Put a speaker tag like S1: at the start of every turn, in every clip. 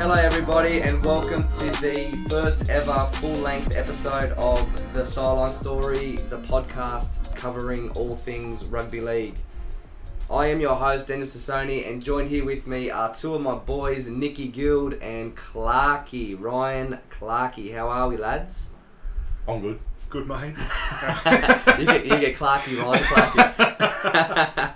S1: everybody, and welcome to the first ever full length episode of The Sideline Story, the podcast covering all things rugby league. I am your host, Daniel Tassoni, and joined here with me are two of my boys, Nicky Guild and Clarkey, Ryan Clarkey. How are we, lads?
S2: I'm good.
S3: Good mate.
S1: you get you get Clarky, Ryan Clarky.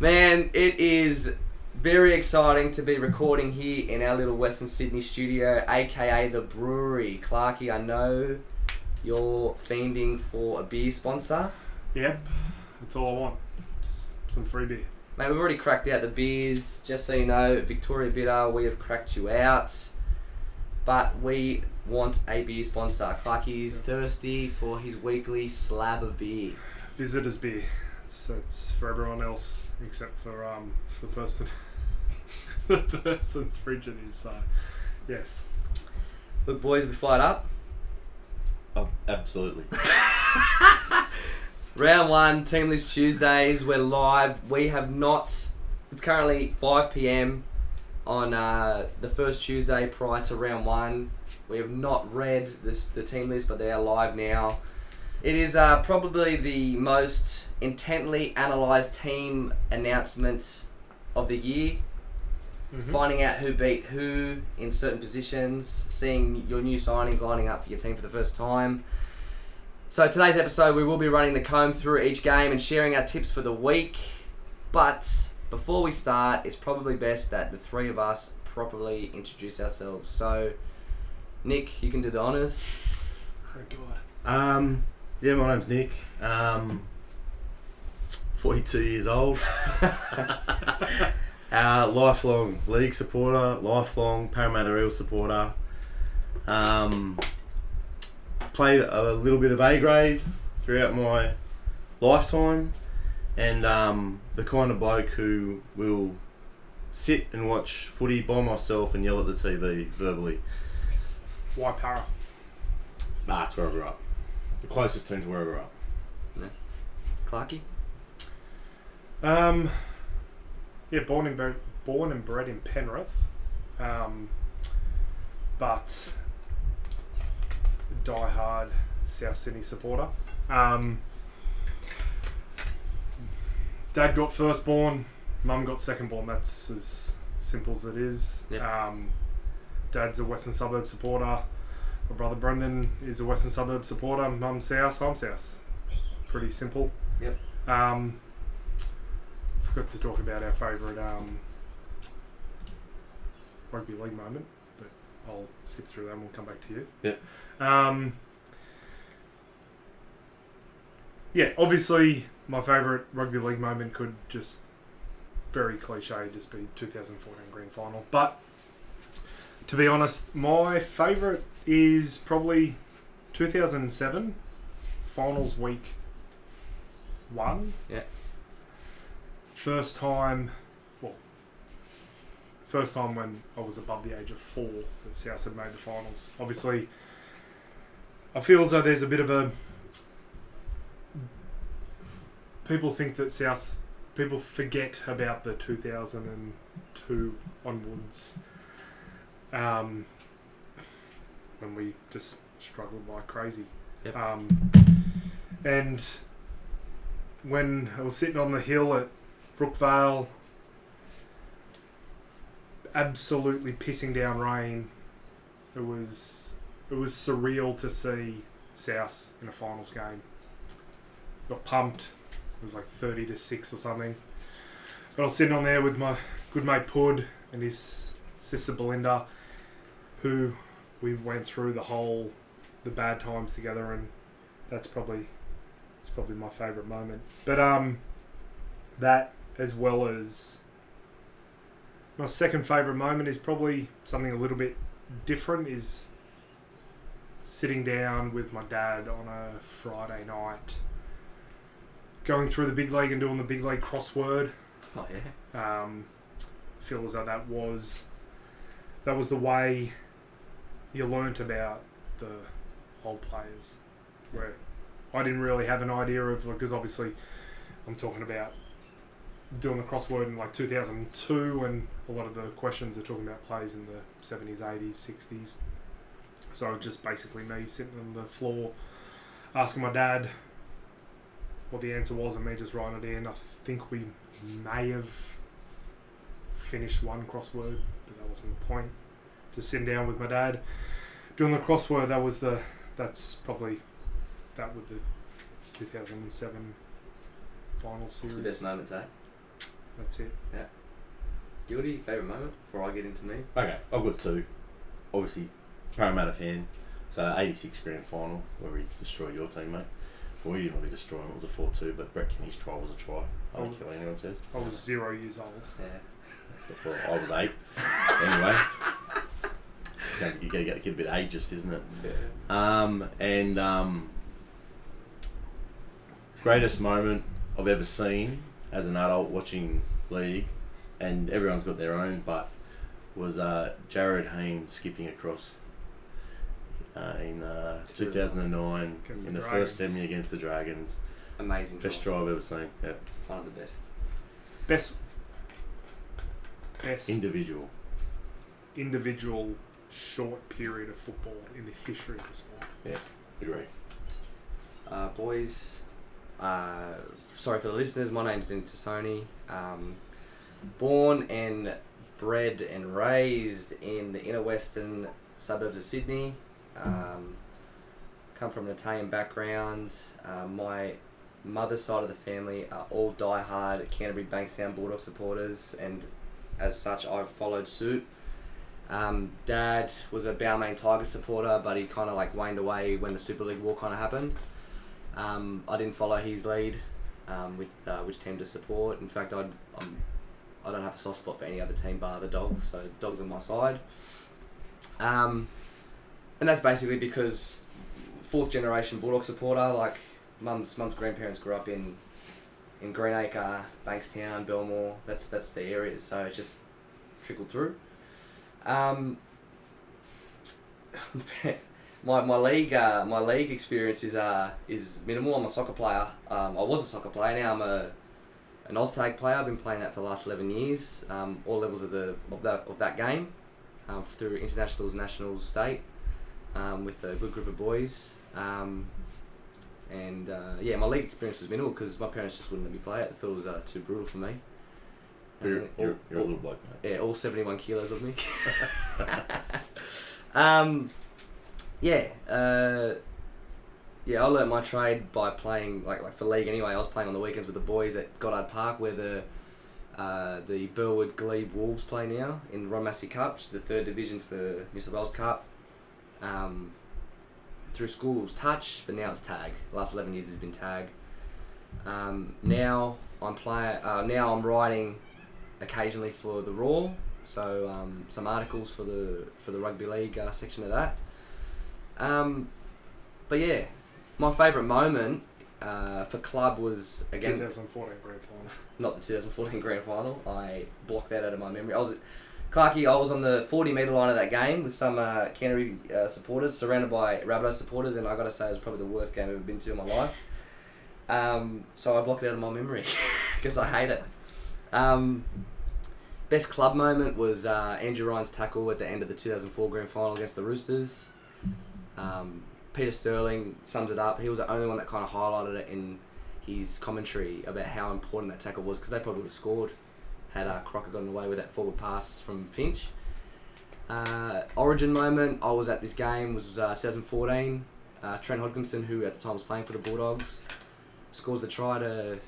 S1: Man, it is very exciting to be recording here in our little Western Sydney studio, aka the brewery. Clarky, I know you're fiending for a beer sponsor.
S3: Yep, that's all I want. Just some free beer.
S1: Mate, we've already cracked out the beers. Just so you know, Victoria Bitter, we have cracked you out. But we want a beer sponsor. Clarky's thirsty for his weekly slab of beer.
S3: Visitors beer. It's, it's for everyone else except for um the person the person's fridge it is. So yes,
S1: Look, boys, we fired up.
S2: Oh, absolutely.
S1: Round one, Team List Tuesdays. We're live. We have not. It's currently 5 p.m. on uh, the first Tuesday prior to round one. We have not read this, the team list, but they are live now. It is uh, probably the most intently analysed team announcement of the year. Finding out who beat who in certain positions, seeing your new signings lining up for your team for the first time. So today's episode, we will be running the comb through each game and sharing our tips for the week. But before we start, it's probably best that the three of us properly introduce ourselves. So, Nick, you can do the honors.
S3: Thank God.
S4: Um, yeah, my name's Nick. Um, 42 years old. uh, lifelong league supporter, lifelong Parramatta Eels supporter. Um, played a little bit of A grade throughout my lifetime, and um, the kind of bloke who will sit and watch footy by myself and yell at the TV verbally.
S3: Why para?
S2: nah, it's where I grew up. The closest team to where I grew up.
S1: Clarky.
S3: Um, yeah, born and bred, born and bred in Penrith, um, but diehard South Sydney supporter. Um, Dad got firstborn, Mum got secondborn. That's as simple as it is.
S1: Yep.
S3: Um, Dad's a Western Suburb supporter. My brother Brendan is a Western Suburb supporter. Mum's South, I'm South. Pretty simple.
S1: Yep.
S3: Um, forgot to talk about our favourite um, rugby league moment, but I'll skip through that and we'll come back to you. Yeah. Um, yeah, obviously, my favourite rugby league moment could just very cliche just be 2014 grand final. But to be honest, my favourite is probably 2007 finals week one.
S1: Yeah.
S3: First time, well, first time when I was above the age of four that South had made the finals. Obviously, I feel as though there's a bit of a. People think that South. People forget about the 2002 onwards. Um, when we just struggled like crazy.
S1: Yep.
S3: Um, and when I was sitting on the hill at Brookvale, absolutely pissing down rain. It was it was surreal to see South in a finals game. Got pumped. It was like thirty to six or something. But I was sitting on there with my good mate Pud and his sister Belinda, who we went through the whole the bad times together, and that's probably it's probably my favourite moment. But um, that as well as my second favourite moment is probably something a little bit different. Is sitting down with my dad on a Friday night, going through the big league and doing the big league crossword.
S1: Oh yeah.
S3: Um, feel as though that was that was the way you learnt about the old players. Where I didn't really have an idea of because obviously I'm talking about doing the crossword in like 2002, and a lot of the questions are talking about plays in the 70s, 80s, 60s. So it's just basically me sitting on the floor asking my dad what the answer was, and me just writing it in. I think we may have finished one crossword, but that wasn't the point. Just sitting down with my dad doing the crossword. That was the that's probably that with the 2007 final series.
S1: Your best moments, eh?
S3: That's it.
S1: Guilty, favourite moment before I get into me.
S2: Okay, I've got two.
S4: Obviously, Parramatta fan. So, 86 grand final where we destroyed your team, mate. Well, we didn't really destroy him. It was a 4 2, but Brett Kenny's try was a try. I don't care what anyone says.
S3: I was zero years old.
S1: Yeah.
S4: Well, I was eight. anyway. You gotta get, get a bit ageist, isn't it?
S1: yeah.
S4: Um, and um, greatest moment I've ever seen as an adult watching league, and everyone's got their own, but was uh, Jared Hayne skipping across uh, in uh, 2009
S3: Against
S4: in
S3: the
S4: the, first
S3: Dragons.
S4: semi against the Dragons.
S1: Amazing.
S4: Best
S1: Best
S4: try I've ever seen. Yeah,
S1: One of the best.
S3: Best best
S4: individual.
S3: individual short period of football in the history of the sport.
S4: Agree.
S1: Uh, boys, uh, sorry for the listeners. My name's Nick Tassoni. Um, born and bred and raised in the inner western suburbs of Sydney. Um, come from an Italian background. Uh, my mother's side of the family are all diehard Canterbury Bankstown Bulldog supporters, and as such, I've followed suit. Um, Dad was a Balmain Tiger supporter, but he kind of like waned away when the Super League War kind of happened. Um, I didn't follow his lead um, with uh, which team to support. In fact, I'd, I'm, I don't have a soft spot for any other team bar the Dogs, so Dogs on my side. Um, and that's basically because fourth generation Bulldog supporter, like mum's mum's grandparents grew up in in Greenacre, Bankstown, Belmore. That's that's the areas, so it just trickled through. Um, my, my league uh, my league experience is uh, is minimal. I'm a soccer player. Um, I was a soccer player. Now I'm a an Oztag player. I've been playing that for the last eleven years. Um, all levels of the of that of that game, um, through internationals, nationals, state, um, with a good group of boys. Um, and uh, yeah, my league experience was minimal because my parents just wouldn't let me play it. They thought it was uh, too brutal for me.
S4: You're,
S1: And all-
S4: you're, you're a
S1: all-
S4: little bloke, mate.
S1: yeah, all 71 kilos of me. um, yeah, uh, yeah, I learnt my trade by playing, like, like for league anyway. I was playing on the weekends with the boys at Goddard Park where the uh, the Burwood Glebe Wolves play now in the Ron Massey Cup, which is the third division for New South Wales Cup. Um, through school it was touch, but now it's tag. last 11 years has been tag. Um, now I'm playing. Uh, now I'm writing occasionally for the Raw. So um, some articles for the for the rugby league uh, section of that. Um, but yeah, my favourite moment uh, for club was again
S3: 2014 grand final.
S1: not the 2014 grand final. I blocked that out of my memory. I was, Clarkey, I was on the 40 metre line of that game with some uh, Canterbury uh, supporters, surrounded by Rabbitoh supporters, and I got to say it was probably the worst game I've ever been to in my life. Um, so I blocked it out of my memory because I hate it. Um, best club moment was uh, Andrew Ryan's tackle at the end of the 2004 grand final against the Roosters. Um, Peter Sterling sums it up. He was the only one that kind of highlighted it in his commentary about how important that tackle was because they probably would have scored had uh, Crocker gotten away with that forward pass from Finch. Uh, origin moment, I was at this game, was uh, 2014. Uh, Trent Hodgkinson, who at the time was playing for the Bulldogs, scores the try to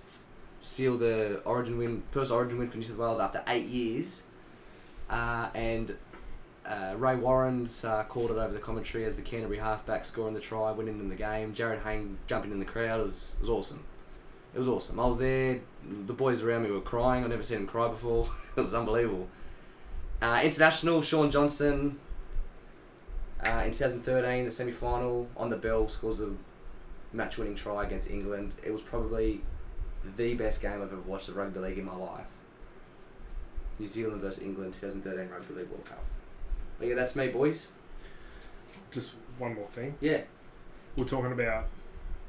S1: seal the origin win, first origin win for New South Wales after eight years. Uh, and uh, Ray Warren's uh, called it over the commentary as the Canterbury halfback scoring the try, winning them the game. Jared Hayne jumping in the crowd was, was awesome. It was awesome. I was there. The boys around me were crying. I've never seen them cry before. it was unbelievable. Uh, international, Sean Johnson. Uh, in 2013, the semi-final on the bell scores a match-winning try against England. It was probably the best game I've ever watched of rugby league in my life. New Zealand versus England, 2013 Rugby League World Cup. But yeah, that's me, boys.
S3: Just one more thing.
S1: Yeah.
S3: We're talking about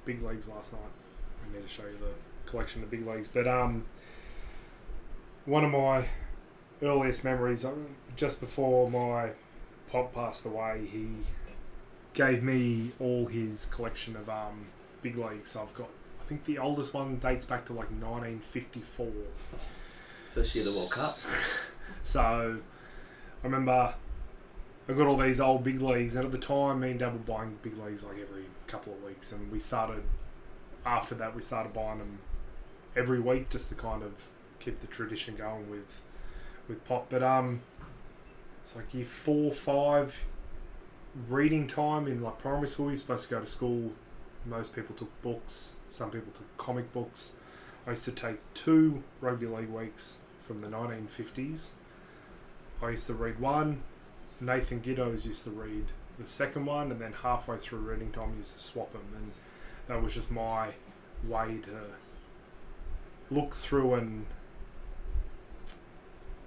S3: big leagues last night. I need to show you the collection of big leagues, but um, one of my earliest memories, um, just before my pop passed away, he gave me all his collection of um, big leagues I've got. I think the oldest one dates back to like 1954.
S1: First year of the World Cup.
S3: So I remember I got all these old big leagues, and at the time, me and Dad were buying big leagues like every couple of weeks, and we started after that we started buying them every week just to kind of keep the tradition going with with pop. But um, it's like year four, five, reading time in like primary school. You're supposed to go to school. Most people took books. Some people took comic books. I used to take two rugby league weeks from the 1950s. I used to read one. Nathan Giddos used to read the second one, and then halfway through reading time, he used to swap them. And that was just my way to look through and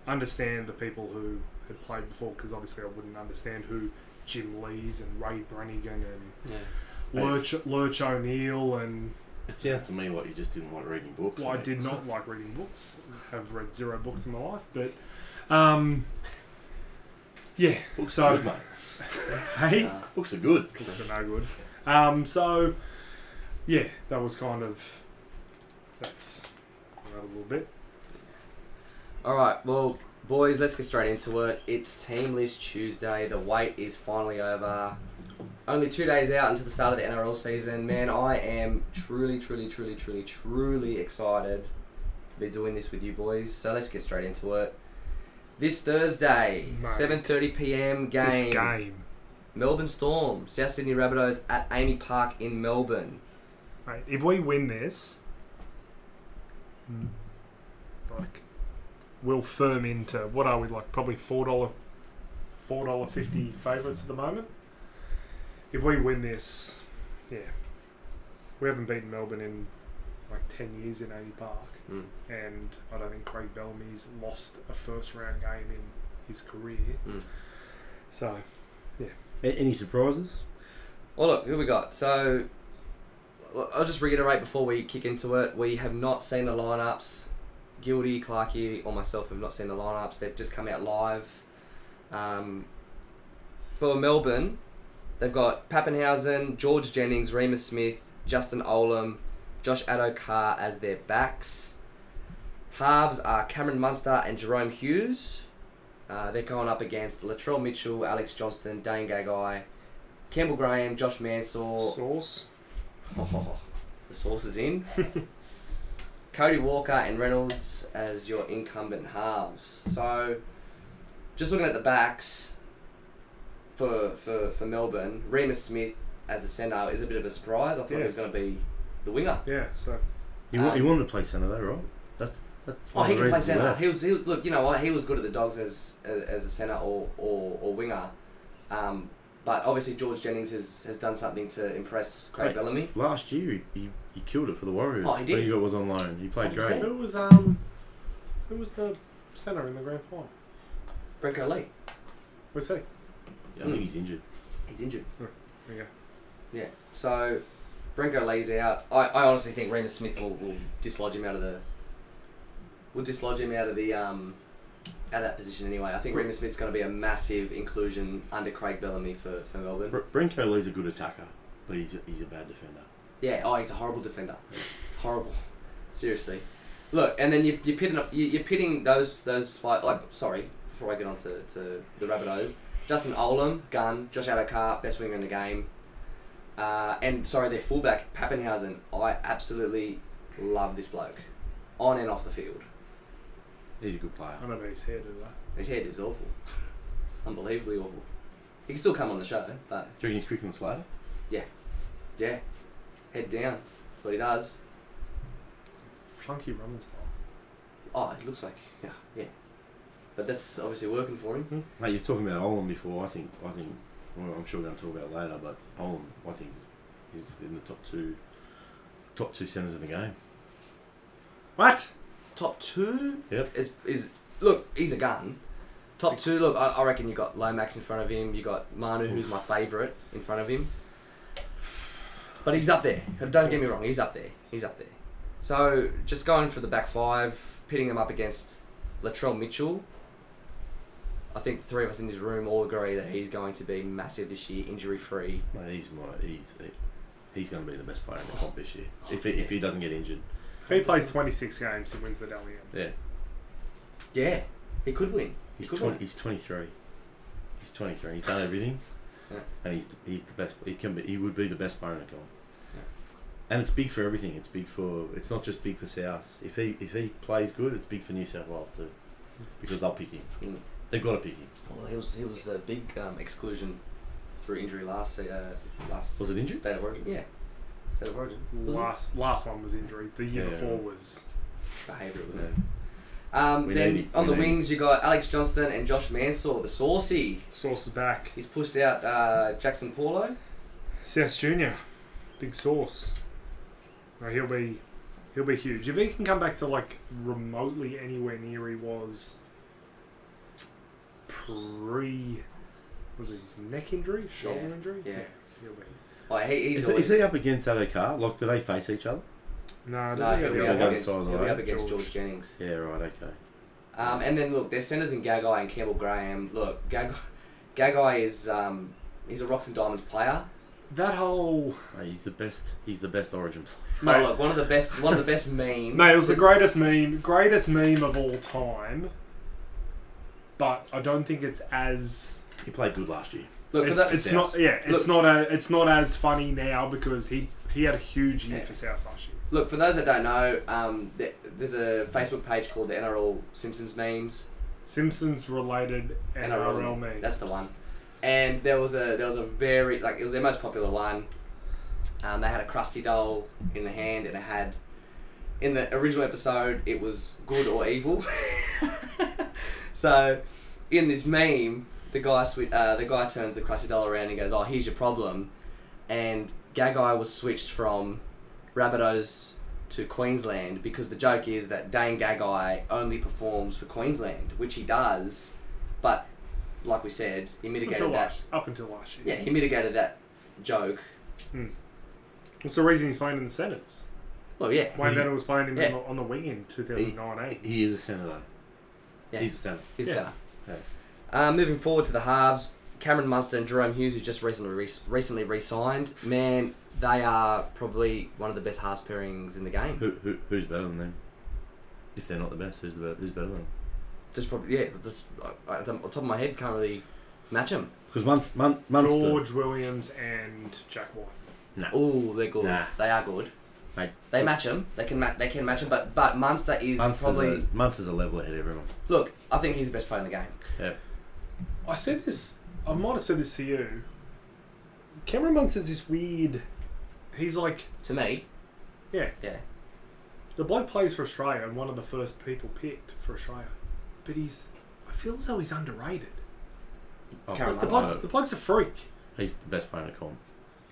S3: understand the people who had played before, because obviously I wouldn't understand who Jim Lees and Ray Brannigan and
S1: Yeah.
S3: Lurch, Lurch O'Neill and
S2: It sounds to me like you just didn't like reading books.
S3: well, I
S2: mate.
S3: did not like reading books. I've read zero books in my life, but um, yeah.
S2: Books
S3: So-
S2: are good, mate.
S3: Hey,
S1: Uh,
S2: Books are good.
S3: books are no good. Um, so yeah, that was kind of that's another little bit.
S1: All right, well, boys, let's get straight into it. It's Team List Tuesday. The wait is finally over. Only two days out until the start of the NRL season. Man, I am truly, truly, truly, truly, truly excited to be doing this with you boys. So let's get straight into it. This Thursday,
S3: Mate.
S1: 7:30 p.m.
S3: This game,
S1: Melbourne Storm, South Sydney Rabbitohs at Amy Park in Melbourne.
S3: right? If we win this, mm, like, we'll firm into what are we like? Probably four dollar, four dollar fifty favourites at the moment. If we win this, yeah, we haven't beaten Melbourne in like ten years in Amy Park. and I don't think Craig Bellamy's lost a first round game in his career.
S1: Mm.
S3: So
S4: A- Any surprises?
S1: Well, look, who we got? So, well, I'll just reiterate before we kick into it. We have not seen the lineups. Gildy, Clarkey, or myself have not seen the lineups. They've just come out live. Um, for Melbourne, they've got Pappenhausen, George Jennings, Remus Smith, Justin Olam, Josh Adokar as their backs. Halves are Cameron Munster and Jerome Hughes. Uh, they're going up against Latrell Mitchell, Alex Johnston, Dane Gagai, Campbell Graham, Josh Mansell,
S3: sauce.
S1: Oh, the sauce is in. Cody Walker and Reynolds as your incumbent halves. So, just looking at the backs for for, for Melbourne, Remus Smith as the centre is a bit of a surprise. I thought he
S3: Yeah.
S1: was going to be the winger.
S3: Yeah, so
S4: You, wa-
S1: Um,
S4: you wanted to play centre though, right? That's that's.
S1: Oh,
S4: one
S1: he
S4: of the
S1: can play
S4: reasons
S1: centre.
S4: left.
S1: He was, he was- look, you know what? He was good at the Dogs as as a centre or, or, or winger. Um, but obviously George Jennings has, has done something to impress Craig
S4: Right.
S1: Bellamy.
S4: Last year, he, he, he killed it for the Warriors.
S1: Oh, he did.
S4: When he got was on loan, he played great.
S1: 100%.
S3: who was um who was the centre in the grand final?
S1: Brenko Lee,
S3: We'll see.
S2: Yeah, I think he's injured.
S1: he's injured.
S3: There you go.
S1: Yeah. So Brenko Lee's out. I, I honestly think Remus Smith will, will dislodge him out of the will dislodge him out of the um out of that position anyway. I think Remus Smith's going to be a massive inclusion under Craig Bellamy for, for Melbourne.
S2: Br- Brinko Lee's a good attacker, but he's a, he's a bad defender.
S1: Yeah. Oh, he's a horrible defender. horrible. Seriously. Look, and then you, you're pitting up- you- you're pitting those those five. Like, sorry, before I get on to, to the Rabbitohs, Justin Olam, gun, Josh Adokar, best winger in the game, uh, and sorry, their fullback Pappenhausen. I absolutely love this bloke, on and off the field.
S2: He's a good player.
S3: I don't know if he's here did I?
S1: His hairdo is awful, unbelievably awful. He can still come on the show, but
S2: Do you reckon he's quick and slow?
S1: yeah, head down. That's what he does.
S3: Funky running style.
S1: Oh, it looks like yeah, yeah. But that's obviously working for him.
S2: Mate, you're talking about Olam before. I think I think well, I'm sure we're going to talk about it later, but Olam, I think, is in the top two top two centres in the game.
S3: What?
S1: Top two
S2: Yep.
S1: is is look, he's a gun. Top two, look, I, I reckon you got Lomax in front of him. You got Manu, who's my favourite, in front of him. But he's up there. Don't get me wrong, he's up there. He's up there. So just going for the back five, pitting them up against Latrell Mitchell. I think the three of us in this room all agree that he's going to be massive this year, injury free.
S2: Mate, he's my he's he's going to be the best player in the comp this year if he, if he doesn't get injured.
S3: If he plays 26 games, he wins the Dalian.
S2: Yeah,
S1: Yeah, he could win. He
S2: he's
S1: could
S2: twenty.
S1: win.
S2: He's twenty three. He's twenty three. He's done everything,
S1: Yeah.
S2: and he's he's the best. He can be. He would be the best player in the comp.
S1: Yeah.
S2: And it's big for everything. It's big for. It's not just big for South. If he if he plays good, it's big for New South Wales too, because they'll pick him.
S1: Mm.
S2: They've got to pick him.
S1: Well, he was he was a big um, exclusion through injury last se- uh, last
S2: Was it injury?
S1: state of origin. Yeah, state of origin. Wasn't it?
S3: Last last one was injury. The year
S2: Yeah.
S3: before was
S1: behaviour. wasn't it?
S2: Yeah.
S1: Um,
S2: We
S1: then
S2: need it.
S1: on
S2: We
S1: the
S2: need it.
S1: wings, you got Alex Johnston and Josh Mansell, the saucy.
S3: sources back.
S1: He's pushed out uh, Jackson Paulo.
S3: South Junior, big source. No, he'll be he'll be huge if he can come back to like remotely anywhere near he was pre. Was it his neck injury, shoulder
S1: Yeah,
S3: injury?
S1: yeah.
S3: he'll be.
S1: Like, Oh, he, he's
S2: Is,
S1: always,
S2: is he up against Adokar? Like, do they face each other?
S3: No,
S1: no,
S3: doesn't
S1: he'll
S3: he
S1: be
S3: have
S1: up
S3: the
S2: other
S1: against,
S2: side of the
S1: he'll be
S2: line?
S1: up against
S3: George.
S1: George Jennings.
S2: Yeah, right. Okay.
S1: Um, and then look, their centres in Gagai and Campbell Graham. Look, Gagai, Gagai is um, he's a rocks and diamonds player.
S3: That whole
S2: Mate, he's the best. He's the best Origin.
S1: Mate,
S3: Mate.
S1: look, one of the best, one of the best memes.
S3: mate, it was the greatest meme, greatest meme of all time. But I don't think it's as
S2: He played good last year.
S1: look for
S3: it's,
S1: that.
S3: it's not yeah, it's
S1: Look-
S3: not a, it's not as funny now because he he had a huge year
S1: Yeah.
S3: for South last year.
S1: Look, for those that don't know, um, th- there's a Facebook page called the NRL Simpsons Memes.
S3: Simpsons related NRL memes.
S1: That's the one. And there was a there was a very like it was their most popular one. Um, they had a crusty doll in the hand, and it had in the original episode it was good or evil. so in this meme, the guy swi- uh, the guy turns the crusty doll around and goes, "Oh, here's your problem." And Gagai was switched from Rabbitohs to Queensland because the joke is that Dane Gagai only performs for Queensland, which he does. But like we said, he
S3: Up until
S1: mitigated that.
S3: last, up until last year.
S1: Yeah, he mitigated that joke.
S3: What's the reason he's playing in the centres?
S1: Well, yeah,
S3: Wayne
S2: He-
S3: Bennett was playing him
S1: yeah.
S3: on, the, on the wing in 2009
S2: He is a senator.
S1: Yeah.
S2: He's a senator.
S1: he's uh,
S3: yeah.
S1: a centre. Um, moving forward to the halves, Cameron Munster and Jerome Hughes, who just recently re- recently re-signed. Man, they are probably one of the best halves pairings in the game.
S2: Who, who, who's better than them? If they're not the best, who's the be- who's better than them?
S1: Just probably, yeah. Just uh, at the top of my head, can't really match them.
S2: Because Munster, Mun- Munster
S3: George Williams and Jack White.
S1: Oh, they're good.
S2: Nah.
S1: They are good.
S2: Mate.
S1: They match them. They can ma- they can match them. But but Munster is
S2: Munster's,
S1: probably
S2: a, Munster's a level ahead of everyone.
S1: look. I think he's the best player in the game.
S2: Yeah.
S3: I said this. I might have said this to you. Cameron Munster's this weird. He's like
S1: To me,
S3: yeah.
S1: yeah.
S3: The bloke plays for Australia and one of the first people picked for Australia, but he's. I feel as though he's underrated.
S2: Oh,
S1: Cameron
S3: The,
S1: Munster.
S3: bloke, the bloke's a freak.
S2: He's the best player in the comp.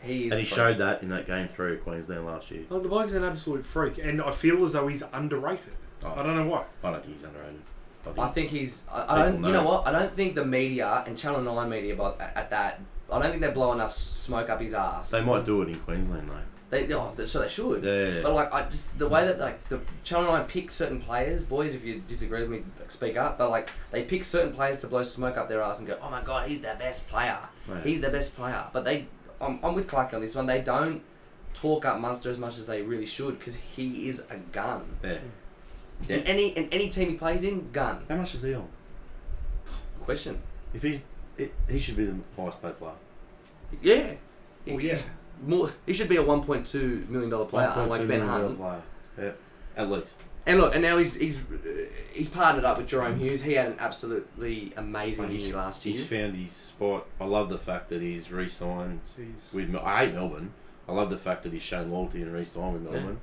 S1: He is
S2: and
S1: the player.
S2: he showed that in that game three at Queensland last year.
S3: Like, the bloke's an absolute freak, and I feel as though he's underrated.
S2: Oh,
S3: I don't know why.
S2: I don't think he's underrated. I think,
S1: I think he's. I, I don't.
S2: People
S1: You know
S2: know.
S1: what? I don't think the media and Channel Nine media about at, at that. I don't think they blow enough s- smoke up his ass.
S2: they might do it in Queensland though.
S1: They, oh, th- so they should.
S2: Yeah.
S1: But like, I just the way that like the Channel Nine pick certain players, boys. If you disagree with me, like, speak up. But like, they pick certain players to blow smoke up their ass and go, "Oh my god, he's their best player.
S2: Right.
S1: He's the best player." But they, I'm, I'm with Clark on this one. They don't talk up Munster as much as they really should because he is a gun.
S2: Yeah.
S1: In any in any team he plays in, gun.
S2: How much is he on?
S1: Question.
S2: If he's, it, he should be the highest paid player.
S1: Yeah.
S3: Well, yeah.
S1: More, he should be a 1.2 million dollar player, like
S2: 1.2
S1: Ben
S2: million dollar
S1: Hunt.
S2: player. Yeah. At least.
S1: And look, and now he's he's uh, he's partnered up with Jerome Hughes. He had an absolutely amazing
S2: Mate, he's-
S1: year last year.
S2: He's found his spot. I love the fact that he's re-signed
S3: Jeez.
S2: with. Mel- I hate Melbourne. I love the fact that he's shown loyalty and re-signed with
S1: Yeah.
S2: Melbourne.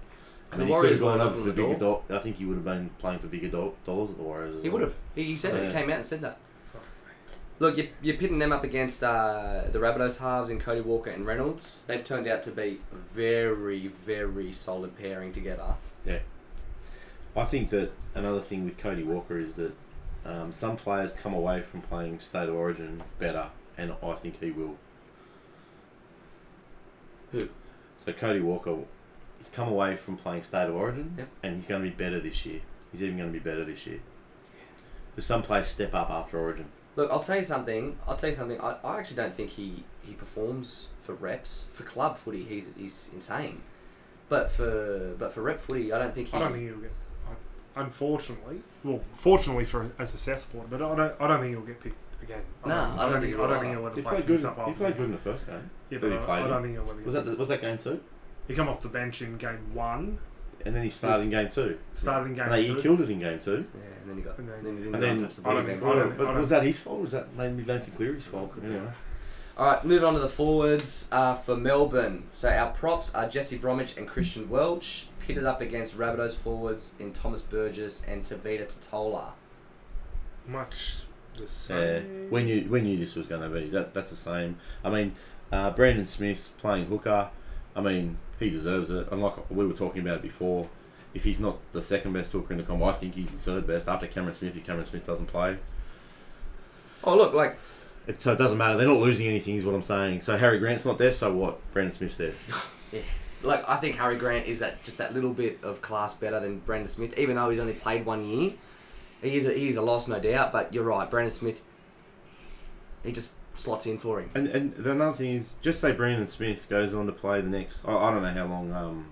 S1: Because the
S2: I mean, he
S1: Warriors
S2: could've
S1: were
S2: gone
S1: not
S2: over for
S1: the
S2: bigger
S1: door.
S2: doll- I think he would have been playing for bigger doll- dollars at the Warriors. as
S1: He
S2: well.
S1: would have. He, he said it.
S2: Yeah.
S1: He came out and said that.
S3: It's like-
S1: Look, you're, you're pitting them up against uh, the Rabbitohs halves in Cody Walker and Reynolds. They've turned out to be a very, very solid pairing together.
S2: I think that another thing with Cody Walker is that um, some players come away from playing State of Origin better, and I think he will.
S1: Who?
S2: So Cody Walker, he's come away from playing State of Origin,
S1: Yep.
S2: and he's going to be better this year. He's even going to be better this year. Does some players step up after Origin?
S1: Look, I'll tell you something. I'll tell you something. I, I actually don't think he, he performs for reps for club footy. He's he's insane, but for but for rep footy, I don't think he.
S3: I don't think he'll get. I- Unfortunately, well, fortunately for as a South supporter, but I don't. I don't think he'll get picked again. I
S1: No,
S3: don't-
S1: I don't think he
S3: I
S1: will
S3: don't think he'll ever
S2: He
S3: play
S2: played
S3: for
S2: good.
S3: New
S2: He
S3: South Wales
S2: played
S3: again.
S2: good in the first game.
S3: Yeah,
S2: that
S3: but
S2: he
S3: I,
S2: played
S3: I
S2: in.
S3: don't think he'll ever.
S2: Was
S3: Get
S2: that the, was that game two?
S3: He come off the bench in game one,
S2: And then he started in game two.
S3: started in game
S2: and they,
S3: two.
S2: He killed it in game two.
S1: Yeah, and then he got.
S3: And then-
S1: then he didn't
S2: And then-
S1: touch the
S3: I
S1: ball
S3: don't
S1: again.
S3: think- I don't-
S2: but was that his fault? Or was that maybe Nathan Cleary's fault? Anyway.
S1: All right, moving on to the forwards uh, for Melbourne. So our props are Jesse Bromwich and Christian Welch, pitted up against Rabbitohs forwards in Thomas Burgess and Tavita Totola.
S3: Much the
S2: Yeah,
S3: same.
S2: we knew we knew this was going to be. That that's the same. I mean, uh, Brandon Smith playing hooker. I mean, he deserves it. And like we were talking about it before, if he's not the second best hooker in the combo, I think he's the third best after Cameron Smith. If Cameron Smith doesn't play,
S1: Oh look, like
S2: it, so it doesn't matter. They're not losing anything, is what I'm saying. So Harry Grant's not there. So what? Brandon Smith's there.
S1: like I think Harry Grant is that just that little bit of class better than Brandon Smith, even though he's only played one year. He is a, he is a loss, no doubt. But you're right, Brandon Smith. He just slots in for him.
S2: And and the another thing is, just say Brandon Smith goes on to play the next. I, I don't know how long um,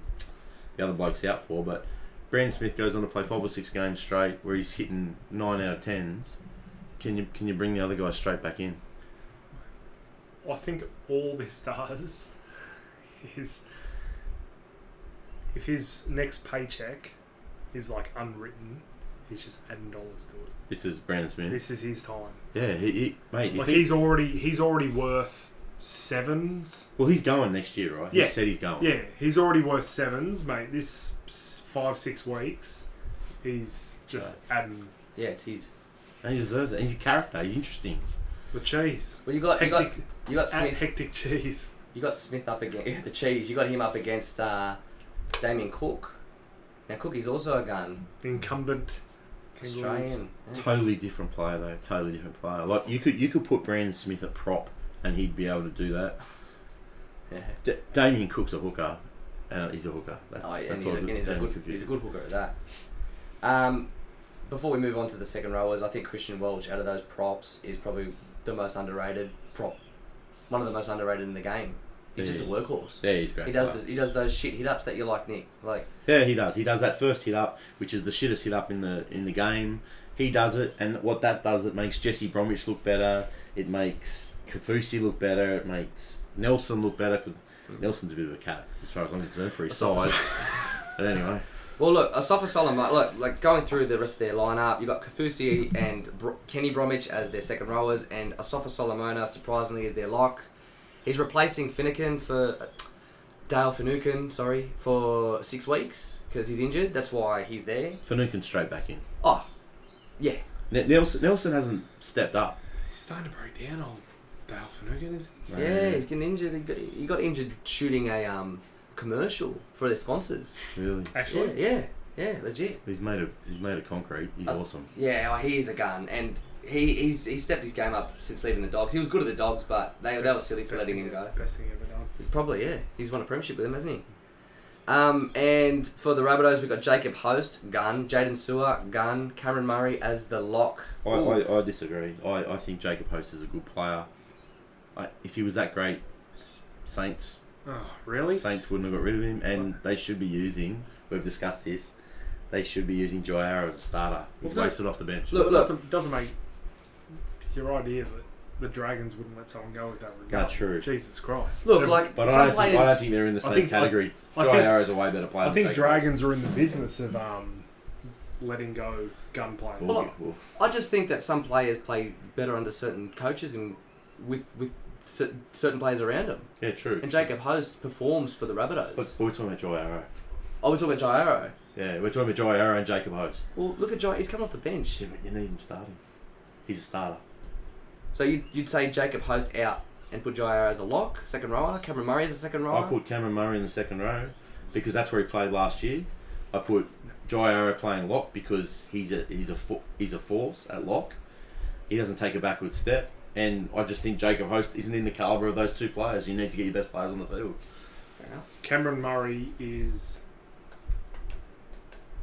S2: the other bloke's out for, but Brandon Smith goes on to play five or six games straight where he's hitting nine out of tens. Can you can you bring the other guy straight back in?
S3: I think all this does is if his next paycheck is like unwritten, he's just adding dollars to it.
S2: This is Brandon Smith.
S3: This is his time.
S2: yeah, he, he mate.
S3: Like
S2: if he-
S3: he's already he's already worth sevens.
S2: well, he's going next year, right?
S3: Yeah.
S2: He said he's going.
S3: Yeah, he's already worth sevens, mate. This s- five six weeks, he's just adding
S1: Yeah, it's his.
S2: And he deserves it. He's a character. He's interesting.
S3: the cheese.
S1: Well, you got you got
S3: Hectic,
S1: you got
S3: add
S1: Smith
S3: hectic cheese.
S1: You got Smith up against the cheese. You got him up against uh, Damien Cook. Now Cook is also a gun,
S3: Incumbent. Kangaroos.
S1: Australian. Yeah.
S2: Totally different player though. Totally different player. Like you could you could put Brandon Smith at prop, and he'd be able to do that.
S1: Yeah.
S2: D- Damien Cook's a hooker. Uh, he's a hooker. That's,
S1: Oh, yeah, and
S2: that's
S1: he's, a,
S2: what
S1: and he's a
S2: Damien
S1: good
S2: Cook is.
S1: he's a good hooker at that. Um, before we move on to the second rowers, I think Christian Welch out of those props is probably the most underrated prop, one of the most underrated in the game. He's
S2: Yeah.
S1: just a workhorse.
S2: Yeah, he's great.
S1: He does
S2: player.
S1: this, he does those shit hit ups that you like, Nick. Like
S2: Yeah, he does. He does that first hit up, which is the shittest hit up in the in the game. He does it, and what that does, it makes Jesse Bromwich look better. It makes Kafusi look better. It makes Nelson look better because Nelson's a bit of a cat as far as I'm concerned for his size. but anyway,
S1: Well, look, Asafa Solomon, look, like going through the rest of their lineup, you've got Kafusi and Bro- Kenny Bromwich as their second rowers, and Asafa Solomona, surprisingly, is their lock. He's replacing Finnegan for uh, Dale Finucane, sorry, for six weeks because he's injured. That's why he's there.
S2: Fanukin straight back in.
S1: Oh, yeah.
S2: N- Nelson Nelson hasn't stepped up.
S3: He's starting to break down old Dale Finucane, is he?
S1: Yeah, he's getting injured. He got, he got injured shooting a um, commercial for their sponsors.
S2: Really,
S1: Yeah,
S3: Actually,
S1: yeah, yeah, legit.
S2: he's made of he's made of concrete. He's
S1: Uh,
S2: awesome.
S1: Yeah, well, he is a gun, and he he's he stepped his game up since leaving the Dogs. He was good at the Dogs, but they they were
S3: Best-
S1: silly for
S3: best
S1: letting him
S3: thing-
S1: go.
S3: Best thing ever done.
S1: Probably, yeah. He's won a premiership with them, hasn't he? Um, and for the Rabbitohs, we've got Jacob Host, gun, Jaden Sewer, gun, Cameron Murray as the lock.
S2: I,
S1: Ooh.
S2: I, I disagree. I, I think Jacob Host is a good player. I, if he was that great, S- Saints
S3: Oh, really?
S2: Saints wouldn't have got rid of him, and they should be using. We've discussed this. They should be using Joy Arrow as a starter. He's
S3: Well,
S2: wasted off the bench.
S1: Look,
S3: It
S1: look.
S3: doesn't, doesn't make your idea that the Dragons wouldn't let someone go with that regard.
S2: true.
S3: Jesus Christ.
S1: Look,
S3: They're-
S1: like
S2: but I
S1: some
S2: don't,
S1: players.
S2: think, I don't think they're in the
S3: I
S2: same
S3: think- I-
S2: category.
S3: I
S2: Joy
S3: think-
S2: Arrow's a way better player.
S3: I
S2: than
S3: think
S2: Jacob Host.
S3: Dragons are in the business of um, letting go gun players.
S2: Well,
S1: Well,
S2: well,
S1: I just think that some players play better under certain coaches and with with cer- certain players around them.
S2: yeah, true.
S1: And Jacob Host performs for the Rabbitohs.
S2: but we're talking about Joy Arrow.
S1: oh, we're talking about Jairo.
S2: Yeah, we're talking about Joy Arrow and Jacob Host.
S1: Well, look at Jai. He's come off the bench.
S2: Yeah, but you need him starting. He's a starter.
S1: So you'd, you'd say Jacob Host out and put Jair as a lock, second rower. Cameron Murray as a second rower.
S2: I put Cameron Murray in the second row because that's where he played last year. I put Jai Arrow playing lock because he's a he's a fo- he's a force at lock. He doesn't take a backward step, and I just think Jacob Host isn't in the caliber of those two players. You need to get your best players on the field.
S1: Fair enough.
S3: Cameron Murray is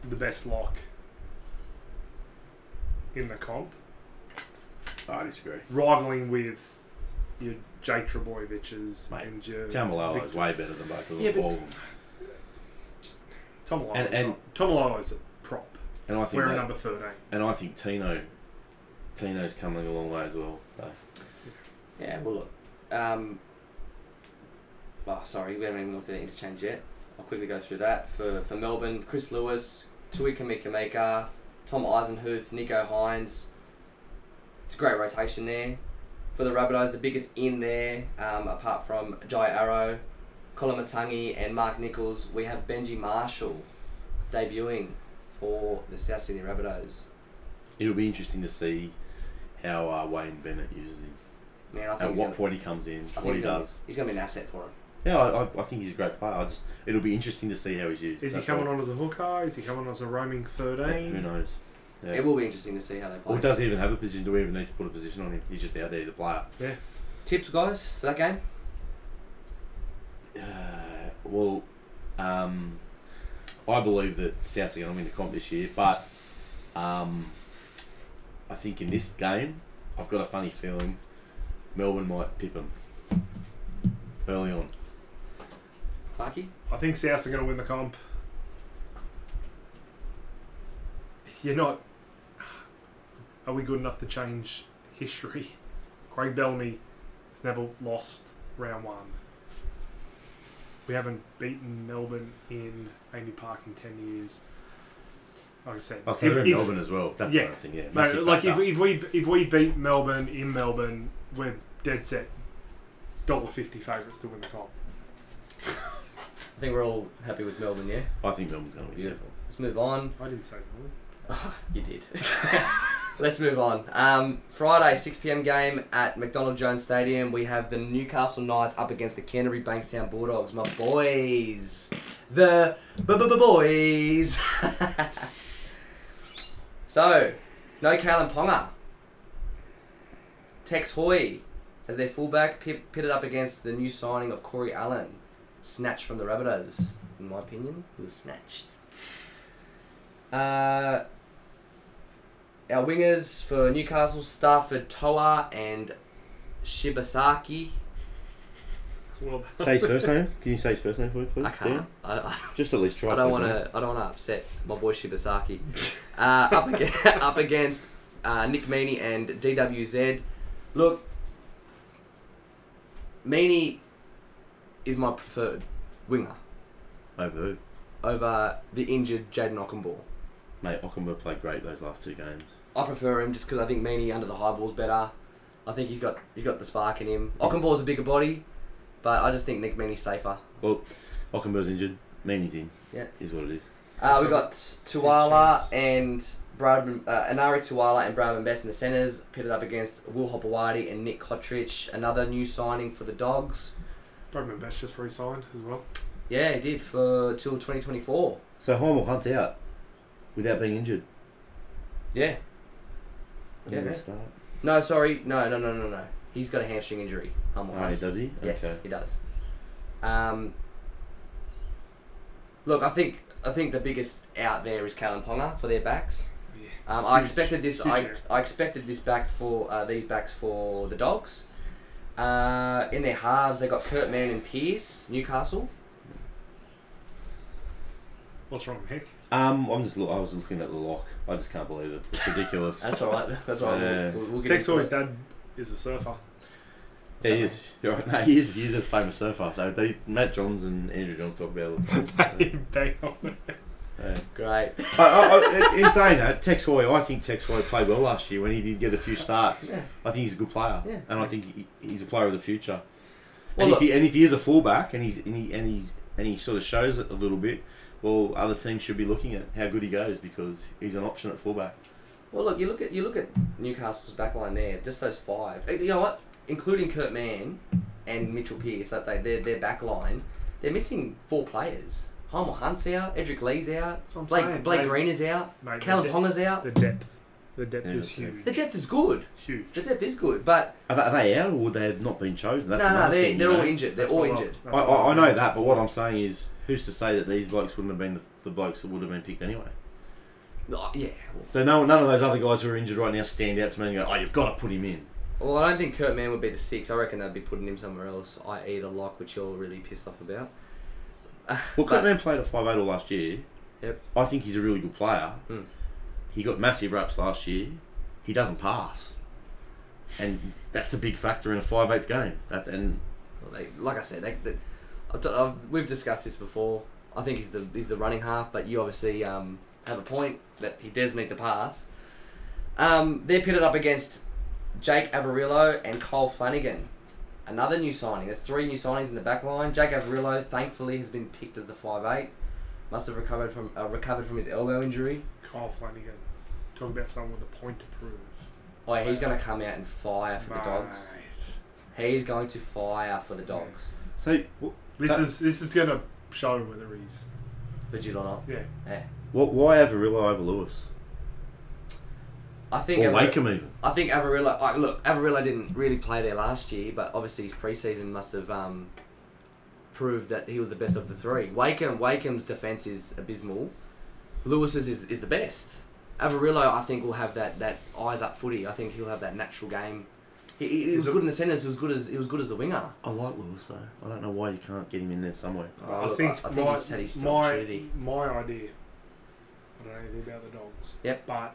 S3: the best lock in the comp,
S4: I disagree.
S3: rivaling with your Jake Trebojeviches
S2: Mate,
S3: and your
S2: Tamalolo is
S3: Victor-
S2: way better than both of them.
S3: Yeah, but-
S2: all of them.
S3: Tom Lyle
S2: and-
S3: is
S2: and-
S3: not- Tom Lyle is a prop.
S2: And I think
S3: We're a
S2: that-
S3: number thirteen.
S2: and I think Tino Tino's coming a long way as well. So
S1: Yeah, well, look. Um, oh, sorry, we haven't even looked at the interchange yet. I'll quickly go through that. For, for Melbourne, Chris Lewis, Tui Kamikameka, Tom Eisenhuth, Nico Hines. It's a great rotation there. For the Rabbitohs, the biggest in there, um, apart from Jai Arrow, Colin Matangi, and Mark Nichols, we have Benji Marshall debuting for the South Sydney Rabbitohs.
S2: it'll be interesting to see how uh, Wayne Bennett uses him.
S1: Man, I think
S2: At
S1: he's
S2: what
S1: gonna-
S2: point he comes in,
S1: I think um,
S2: what he
S1: he's gonna-
S2: does.
S1: He's going to be an asset for him.
S2: Yeah, I, I, I think he's a great player. I just it'll be interesting to see how he's used.
S3: Is he
S2: that's
S3: coming
S2: all.
S3: on as a hooker? Is he coming on as a roaming
S2: Yeah, Who
S3: thirteen?
S2: knows? Yeah.
S1: It will be interesting to see how they play.
S2: Or does he even have a position? Do we even need to put a position on him? He's just out there. He's a player.
S1: Tips, guys, for that game?
S2: Uh, well, um, I believe that South are going to win the comp this year, but um, I think in this game, I've got a funny feeling Melbourne might pip them early on.
S1: Clarky?
S3: I think South are going to win the comp. You're not. Are we good enough to change history? Craig Bellamy has never lost round one. We haven't beaten Melbourne in Amy Park in ten years. Like I said,
S2: Oh, so
S3: if-
S2: they're in
S3: if-
S2: Melbourne as well. That's
S3: yeah.
S2: another thing. Yeah,
S3: No,
S2: massive
S3: like if,
S2: factor.
S3: if we if we beat Melbourne in Melbourne, we're dead set. Dollar fifty favourites to win the comp.
S1: I think we're all happy with Melbourne, yeah?
S2: I think Melbourne's going to win.
S1: Beautiful. Let's move on.
S3: I didn't say Melbourne.
S1: You did. Let's move on. Um, Friday, 6 pm game at McDonald Jones Stadium. We have the Newcastle Knights up against the Canterbury Bankstown Bulldogs. My boys. The boys. so, no Kalen Ponga. Tex Hoy as their fullback pi- pitted up against the new signing of Corey Allen. Snatched from the Rabbitohs, in my opinion. He was snatched. Uh, our wingers for Newcastle, Stafford Toa and Shibasaki.
S3: Well,
S2: Say his first name. Can you say his first name for me, please?
S1: I
S2: Dan?
S1: can't. I, I,
S2: Just at least try.
S1: I don't
S2: please,
S1: want
S2: mate.
S1: to. I don't want to upset my boy Shibasaki. uh, up against, up against uh, Nick Meaney and DWZ. Look, Meaney is my preferred winger
S2: Over who?
S1: over the injured Jaden Ockenball.
S2: Mate, Ockenberg played great those last two games.
S1: I prefer him just because I think Meany under the high ball's better. I think he's got he's got the spark in him. Ockenball's a bigger body, but I just think Nick Meany's safer.
S2: Ockenberg's injured. Meany's in.
S1: Yeah.
S2: Is what it is.
S1: Uh, we
S3: So,
S1: got Tuwala
S3: chance.
S1: and Bradman, uh, Anari Tuwala and Bradman Best in the centres, pitted up against Will Hopawadi and Nick Kotrich, another new signing for the Dogs.
S3: Bradman Bash just re-signed as well.
S1: Yeah, he did for till 2024.
S2: So Heimel Hunt's out without being injured.
S1: Yeah. Yeah.
S2: Good Start.
S1: No, sorry. No, no, no, no, no. He's got a hamstring injury. Humble
S2: Oh, does he?
S1: Yes,
S2: Okay.
S1: he does. Um, look, I think I think the biggest out there is Kalen Ponga for their backs.
S3: Yeah.
S1: Um, I
S3: Huge-
S1: expected this.
S3: huge
S1: I,
S3: error.
S1: I expected this back for uh, these backs for the dogs. Uh, in their halves, they got Kurt Mann and Pierce, Newcastle.
S3: What's wrong, Nick?
S2: Um, I'm just. Look, I was looking at the lock. I just can't believe it. It's ridiculous.
S1: That's all right. That's all right.
S2: Yeah.
S1: We'll, we'll get
S3: Tex
S1: into
S3: always
S1: it.
S3: dad is a surfer.
S2: Yeah, he is. You're right. No, he is. He is a famous surfer. So they, Matt Johns and Andrew Johns talk about it. all the time.
S3: Bang on.
S2: Yeah.
S1: Great.
S2: I, I, I, in saying that, Tex Hoy, I think Tex Hoy played well last year when he did get a few starts.
S1: Yeah.
S2: I think he's a good player,
S1: Yeah.
S2: and I think he, he's a player of the future.
S1: Well,
S2: and,
S1: look-
S2: if he, and if he is a fullback, and he's and he and he's and he sort of shows it a little bit, well, other teams should be looking at how good he goes because he's an option at fullback.
S1: Well, look, you look at you look at Newcastle's backline there. Just those five. Eh, You know what? Including Kurt Mann and Mitchell Pearce, that they their their backline, they're missing four players. Heimel Hunt's out. Edric Lee's out.
S3: what I'm
S1: Blake
S3: saying,
S1: Blake
S3: mate.
S1: Green is out.
S3: Mate,
S1: Callum
S3: the-
S1: Ponga's out.
S3: The depth. The depth
S2: Yeah,
S3: is
S2: that's right.
S3: huge.
S1: The depth is good.
S3: Huge.
S1: The depth is good, but
S2: Are they, are they out or would they have not been chosen? That's
S1: no, no,
S2: another
S1: they're,
S2: thing,
S1: they're
S2: you
S1: all
S2: know?
S1: injured. They're
S3: That's
S1: all
S3: what I-
S1: injured.
S3: that's
S2: I,
S3: what
S2: I, I know that, but what I'm saying is, who's to say that these blokes wouldn't have been the, the blokes that would have been picked anyway?
S1: Oh, yeah.
S2: So no, none of those other guys who are injured right now stand out to me and go, "Oh, you've got to put him in."
S1: Well, I don't think Kurt Mann would be the six. I reckon they'd be putting him somewhere else, i.e. the lock, which you're really pissed off about.
S2: Well,
S1: But-
S2: Cutman played at five eight all last year.
S1: Yep.
S2: I think he's a really good player.
S1: Mm.
S2: He got massive raps last year. He doesn't pass, and that's a big factor in a five eight game. That's and
S1: Well, They, like I said, they, they, I've t- I've, we've discussed this before. I think he's the he's the running half, but you obviously um, have a point that he does need to pass. Um, they're pitted up against Jake Averillo and Cole Flanagan. Another new signing. There's three new signings in the back line. Jake Averillo, thankfully, has been picked as the 5'8". Must have recovered from uh, recovered from his elbow injury.
S3: Kyle Flanagan. Talk about someone with a point to prove.
S1: Oh, yeah, he's going to come out and fire for the dogs.
S3: Mate.
S1: He's going to fire for the dogs.
S2: so wh-
S3: This
S2: That-
S3: is this is gonna show whether he's
S1: Fidget or not.
S3: yeah.
S2: wh- why Avarillo over Lewis
S1: I think
S2: or
S1: Averillo-
S2: Wakeham even?
S1: I think Avarillo. I look, Avarillo didn't really play there last year, but obviously his preseason must have um, proved that he was the best of the three. Wakeham, Wakeham's defense is abysmal. Lewis's is, is the best. Avarillo, I think, will have that, that eyes up footy. I think he'll have that natural game. He, he, he was
S3: He's a-
S1: good in the centres. He was good as he was good as a winger.
S2: I like Lewis though. I don't know why you can't get him in there somewhere.
S1: Oh,
S3: I
S1: look,
S3: think,
S1: I- I think
S3: my,
S1: he's had his
S3: my,
S1: opportunity.
S3: my idea. I don't know anything about the dogs.
S1: Yep.
S3: But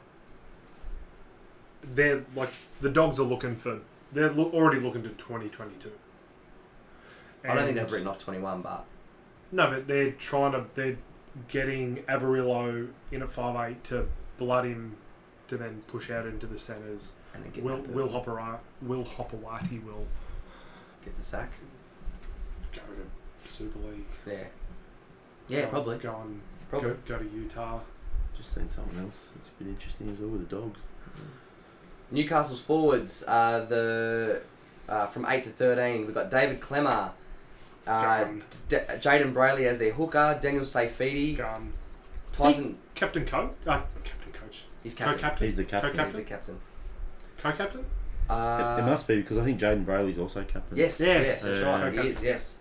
S3: they're like the dogs are looking for. They're lo- already looking to twenty twenty two.
S1: I don't think they've written off twenty one, but
S3: No, but they're trying to. They're getting Avarillo in at five eight to blood him to then push out into the centres.
S1: and then get
S3: Will
S1: that-
S3: Will Hopper uh, Will Hopperwati will
S1: get the sack.
S3: go to Super League.
S1: Yeah, yeah,
S3: go,
S1: probably,
S3: go and
S1: probably.
S3: Go, go to Utah.
S2: Just seen something else. It's been interesting as well with the dogs.
S1: Newcastle's forwards uh, the uh, from eight to thirteen. We've got David Clemmer, uh,
S3: Gun.
S1: D- Jaden Brayley as their hooker, Daniel Saifidi,
S3: Gun.
S1: Tyson.
S3: Captain coach, uh, captain coach,
S1: He's captain.
S3: co-captain,
S2: He's the captain.
S1: He's the
S3: co-captain,
S1: captain.
S3: co-captain.
S1: Uh,
S2: it, it must be because I think Jaden Brayley's also captain.
S1: Yes. Yes.
S3: Yes.
S2: Yeah.
S1: That's right. He
S3: Okay.
S1: is. Yes.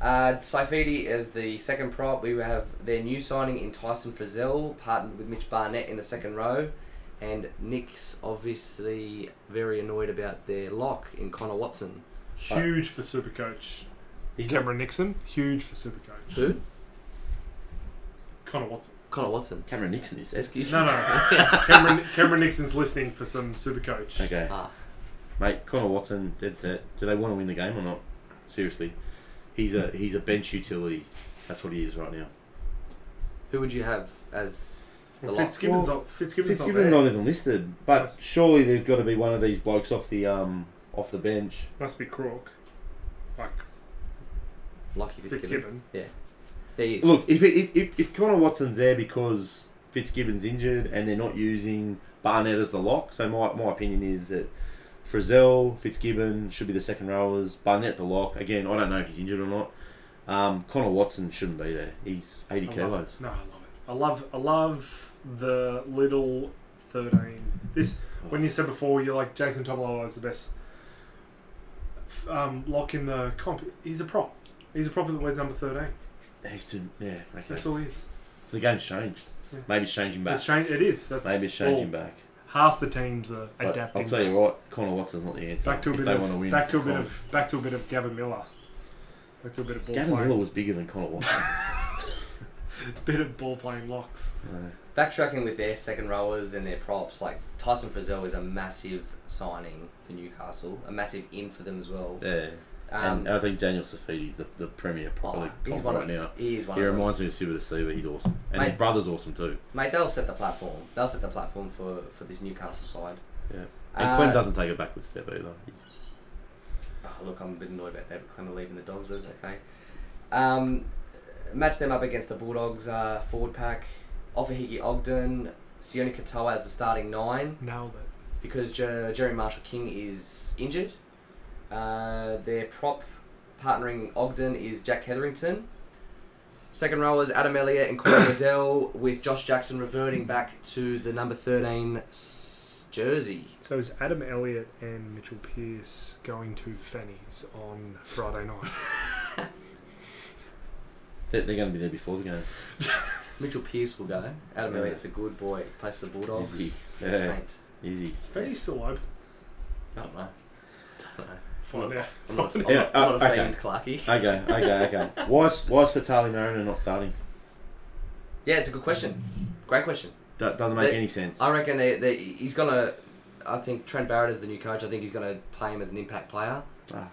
S1: Uh, Saifidi is the second prop. We have their new signing in Tyson Frizzell, partnered with Mitch Barnett in the second row, and Nick's obviously very annoyed about their lock in Connor Watson.
S3: Huge for Supercoach.
S2: He's not-
S3: Cameron Nixon. Huge for Supercoach.
S1: Who?
S3: Connor Watson.
S1: Connor Watson.
S2: Cameron Nixon is. Excuse
S3: No,
S2: me.
S3: no. Cameron, Cameron Nixon's listening for some Supercoach.
S2: Okay.
S1: Ah.
S2: Mate, Connor Watson, dead set. Do they want to win the game or not? Seriously, he's a he's a bench utility. That's what he is right now.
S1: Who would you have as the
S3: Well,
S1: lock?
S3: Fitzgibbon's, not, Fitzgibbon's,
S2: Fitzgibbon's
S3: not
S2: not
S3: there.
S2: even listed, but
S3: Yes.
S2: surely they've got to be one of these blokes off the um off the bench.
S3: Must be Crook. Like
S1: Lucky Fitzgibbon.
S3: Fitzgibbon.
S1: There he is.
S2: Look, if it, if, if if Connor Watson's there because Fitzgibbon's injured and they're not using Barnett as the lock, so my my opinion is that. Frizzell, Fitzgibbon should be the second rowers. Barnett the lock. Again, I don't know if he's injured or not. Um, Connor Watson shouldn't be there. He's
S3: I
S2: 80
S3: love
S2: kilos.
S3: it. No, I love it. I love, I love the little thirteen. This when you said before, you're like Jason Tamalolo is the best f- um, lock in the comp. He's a prop. He's a prop that wears number thirteen.
S2: He's too, yeah, okay.
S3: That's all he is.
S2: The game's changed.
S3: Yeah.
S2: Maybe it's changing back.
S3: It's change. It is. That's
S2: Maybe it's changing back.
S3: Half the teams are
S2: But
S3: adapting.
S2: I'll tell you what, Connor Watson's not the answer.
S3: back to a
S2: if
S3: bit
S2: they want to
S3: of
S2: win.
S3: back to a bit
S2: Connor-
S3: of back to a bit of Gavin Miller. Back to a bit of ball
S2: Gavin
S3: playing.
S2: Miller was bigger than Connor Watson.
S3: Bit of ball playing locks.
S2: Uh,
S1: Backtracking with their second rowers and their props, like Tyson Frizzell is a massive signing for Newcastle, a massive in for them as well.
S2: yeah.
S1: Um,
S2: and I think Daniel Safidi's the, the premier
S1: oh,
S2: probably
S1: he's
S2: comp
S1: one
S2: right
S1: of,
S2: now.
S1: He is one
S2: He
S1: of them.
S2: reminds me of Silver the Sea, but he's awesome. And his
S1: Mate.
S2: brother's awesome too.
S1: Mate, they'll set the platform. They'll set the platform for, for this Newcastle side.
S2: Yeah. And
S1: Uh,
S2: Clem doesn't take a backward step either. He's,
S1: Oh, look, I'm a bit annoyed about David Clemmer leaving the Dogs, but it's okay. Um, match them up against the Bulldogs uh, forward pack. Ofahiki Ogden, Sione Katoa as the starting nine.
S3: Nailed it.
S1: because Jer- Jerry Marshall King is injured. Uh, their prop partnering Ogden is Jack Hetherington. Second rowers Adam Elliott and Corey Waddell, with Josh Jackson reverting back to the number 13 s- jersey.
S3: So is Adam Elliott and Mitchell Pearce going to Fanny's on Friday night?
S2: they're, they're going to be there before the game.
S1: Mitchell Pearce will go. Adam
S2: Yeah.
S1: Elliott's a good boy. Plays for the Bulldogs.
S2: Easy.
S1: He's a
S2: Yeah,
S1: saint.
S2: easy.
S3: Is Freddie still open?
S1: I don't know. Don't know.
S3: Find
S1: Look,
S3: out.
S1: I'm not, I'm
S2: Yeah,
S1: not, I'm
S2: oh,
S1: not a fan
S2: okay.
S1: of Clarkey.
S2: Okay, okay, okay. Why's why's Fatali Mariner not starting?
S1: Yeah, it's a good question. Great question.
S2: That doesn't make
S1: They-
S2: any sense.
S1: I reckon they, they, he's gonna. I think Trent Barrett is the new coach. I think he's gonna play him as an impact player.
S2: Ah.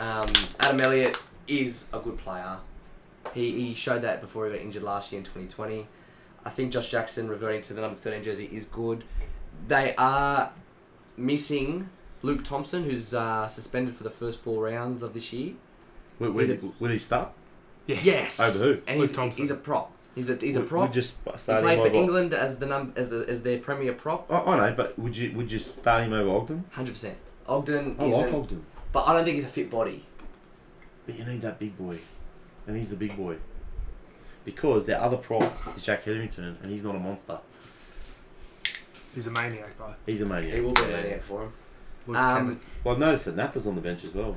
S1: Um, Adam Elliott is a good player. He, he showed that before he got injured last year in 2020. I think Josh Jackson reverting to the number 13 jersey is good. They are missing Luke Thompson, who's uh, suspended for the first four rounds of this year.
S2: Will, will,
S1: Is it-
S2: will he start?
S1: Yes.
S2: Over who?
S1: And
S3: Luke
S1: he's,
S3: Thompson.
S1: he's a prop. He's a he's a
S2: Would-
S1: prop.
S2: Would you sp-
S1: he
S2: start him
S1: played for
S2: over-
S1: England as the num- as the as their premier prop.
S2: I, I know, but would you would you start him over Ogden?
S1: Hundred percent. Ogden
S2: I
S1: is
S2: like
S1: an-
S2: Ogden,
S1: but I don't think he's a fit body.
S2: but you need that big boy, and he's the big boy. Because their other prop is Jack Hetherington, and he's not a monster.
S3: He's a maniac though.
S2: He's a maniac.
S1: He will be a
S2: Yeah.
S1: maniac for him.
S3: Looks
S1: Um,
S3: um,
S2: Well, I've noticed that Nappa's on the bench as well.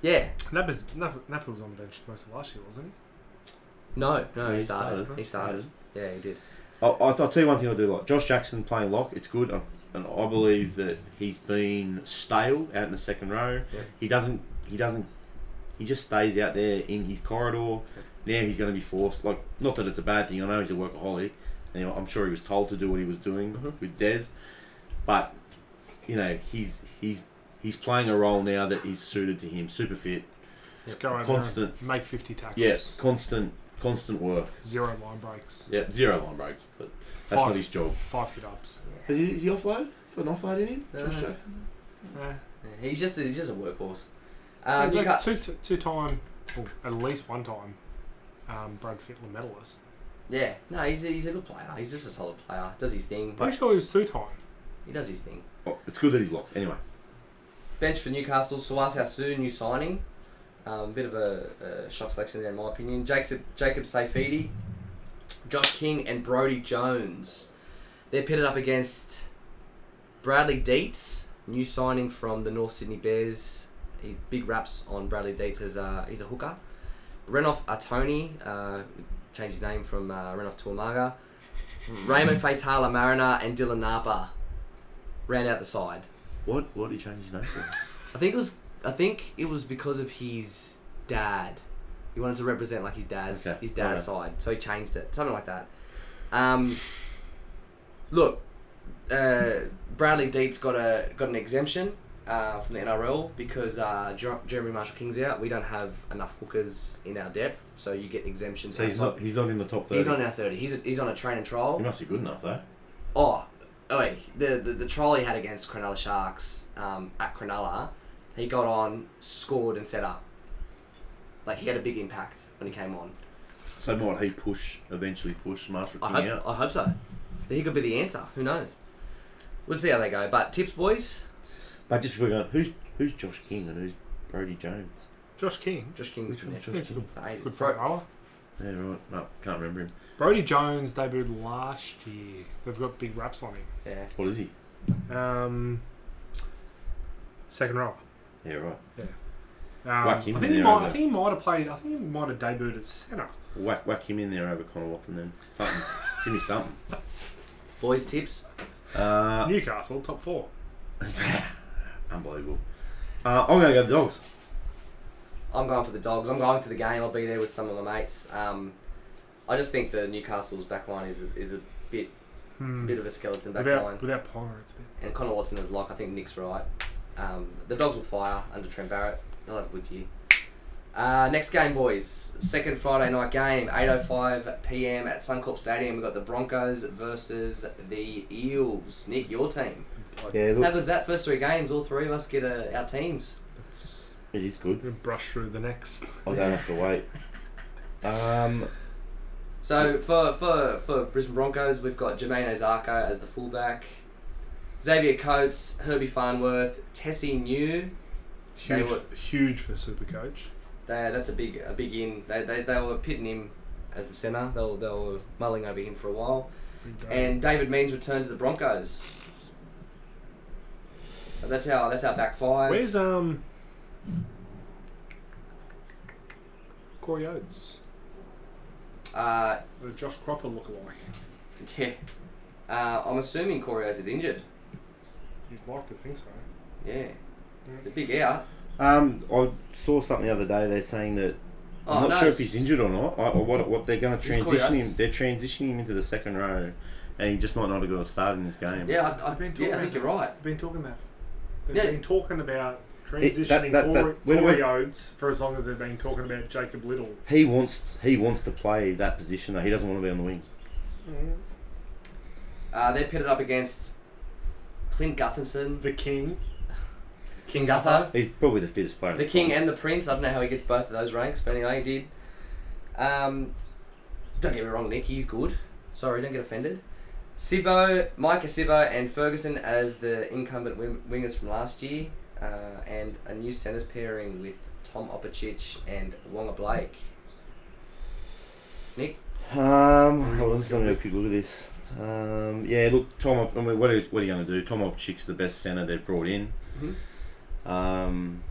S1: yeah.
S3: Napa's, Napa, Napa was on the bench most of last year, wasn't
S1: No, no,
S2: Yeah,
S1: he started.
S2: huh?
S1: He started. Yeah, he did.
S2: I'll, I'll I'll tell you one thing Oh, I do like. Josh Jackson playing lock, it's good. I- And I believe that he's been stale out in the second row.
S1: Yeah.
S2: He doesn't. He doesn't. He just stays out there in his corridor. Now he's going to be forced. Like, not that it's a bad thing. I know he's a workaholic, and you know, I'm sure he was told to do what he was doing
S1: Mhm.
S2: with Des. But you know, he's he's he's playing a role now that is suited to him. Super
S3: he?
S2: fit.
S3: Just go over there and
S2: Constant.
S3: make 50 tackles.
S2: Yes. Constant. Constant work.
S3: Zero line breaks.
S2: Yep. Zero line breaks, but that's
S3: Five.
S2: not his job.
S3: Five hit ups.
S2: Is he, is he offload? He's got an offload in him?
S1: No,
S2: Josh
S1: no, no.
S2: Jackson?
S3: Yeah.
S1: Yeah, He's just a, he's just a workhorse. Um, you can't,
S3: two, two, two time, well, at least one time, um, Brad Fittler medalist.
S1: yeah. No, he's a, he's a good player. He's just a solid player. Does his thing.
S3: I'm
S1: But
S3: sure he was two time.
S1: he does his thing.
S2: Oh, it's good that he's locked. Anyway,
S1: Bench for Newcastle. Suas Sue, new signing. Um, bit of a, a shock selection there, in my opinion. Jacob Jacob Safidi, Josh King, and Brody Jones. They're pitted up against Bradley Dietz, new signing from the North Sydney Bears. He, big raps on Bradley Dietz as a, he's a hooker. Renoff Atoni, uh, changed his name from uh, Renoff to Amaga. Raymond Fatala Mariner and Dylan Napa ran out the side.
S2: what what did he change his name for?
S1: I think it was. I think it was because of his dad. He wanted to represent like his dad's
S2: Okay,
S1: his dad's side, so he changed it, something like that. Um, look, uh, Bradley Dietz got a got an exemption uh, from the NRL because uh, Jer- Jeremy Marshall King's out. We don't have enough hookers in our depth, so you get exemptions.
S2: so he's
S1: outside-
S2: not he's not in the top thirty.
S1: He's not in our thirty. He's he's on a train and trial.
S2: he must be good enough though.
S1: Oh, oh wait, the, the the trial he had against Cronulla Sharks um, at Cronulla, he got on, scored, and set up. Like he had a big impact when he came on.
S2: So might he push eventually push Marshall King
S1: I hope,
S2: out?
S1: I hope so. He could be the answer. Who knows? We'll see how they go. But tips, boys.
S2: But just before we go, on, who's who's Josh King and who's Brody Jones?
S3: Josh King.
S1: Josh King's
S2: Which
S1: been
S2: one?
S1: there
S2: Josh
S3: Yes.
S2: King.
S1: for ages.
S3: Good
S1: Bro-
S3: front rower.
S2: Yeah, right. No, can't remember him.
S3: Brody Jones debuted last year. They've got big raps on him.
S1: yeah.
S2: What is he?
S3: Um, second row.
S2: Yeah, right.
S3: Um, I
S2: Whack him
S3: think
S2: in
S3: he
S2: there,
S3: might.
S2: over.
S3: I think he might have played. I think he might have debuted at centre.
S2: Whack whack him in there over Connor Watson then. Something. Give me something.
S1: Boys, tips.
S2: Uh,
S3: Newcastle top four.
S2: unbelievable. Uh, I'm gonna go the dogs.
S1: I'm going for the dogs. I'm going to the game. I'll be there with some of my mates. Um, I just think the Newcastle's back line is is a bit
S3: Hmm.
S1: bit of a skeleton back
S3: without
S1: line.
S3: without Ponga, it's a bit.
S1: and Connor Watson is lock. I think Nick's right. Um, the dogs will fire under Trent Barrett. They'll have a good year. Uh, next game, boys. Second Friday night game, 8:05 p.m. at Suncorp Stadium. We've got the Broncos versus the Eels. Nick, your team.
S2: Yeah,
S1: How good's that? First three games, all three of us get uh, our teams.
S3: It's
S2: it is good.
S3: gonna brush through the next.
S2: I don't have to wait. Um,
S1: So for for for Brisbane Broncos, we've got Jermaine Ozarko as the fullback, Xavier Coates, Herbie Farnworth, Tessie New, They
S3: Huge, huge for Supercoach.
S1: They, that's a big a big in. They, they, they were pitting him as the centre. They were, they were mulling over him for a while.
S3: Big day.
S1: And David Means returned to the Broncos. So that's our that's our back five.
S3: Where's um Corey Oates?
S1: Uh,
S3: The Josh Cropper look alike.
S1: yeah. Uh, I'm assuming Corios is injured.
S3: You'd like to think so.
S1: Yeah. The big out.
S2: Um, I saw something the other day. They're saying that
S1: Oh,
S2: I'm not
S1: no,
S2: sure if
S1: it's-
S2: he's injured or not, or or what. What they're going to
S1: He's
S2: transition
S1: Coriolis.
S2: him? They're transitioning him into the second row, and he just might not have got a start in this game.
S1: Yeah, I, I,
S3: I've been talking
S1: yeah, I think you're right.
S3: They've been talking about. They've
S1: Yeah.
S3: been talking about
S2: It-
S3: transitioning
S2: that- that- that-
S3: Corey,
S2: when we-
S3: Corey Oates for as long as they've been talking about Jacob Little.
S2: He wants he wants to play that position though. He doesn't want to be on the wing.
S1: Uh, they're pitted up against Clint Gutherson,
S3: The King.
S1: King Gutho,
S2: He's probably the fittest player. in
S1: the King
S2: club.
S1: and the Prince. I don't know how he gets both of those ranks, but anyway, he did. Um, don't get me wrong, Nick, he's good. Sorry, don't get offended. Sivo, Micah Sivo, and Ferguson as the incumbent wing- wingers from last year, uh, and a new centres pairing with Tom Opacic and Wonga Blake. Nick,
S2: Um, hold on, just let me have a quick look at this. Um, yeah, look, Tom. Op- I mean, what are, what are you going to do? Tom Opchick's the best centre they've brought in. Um,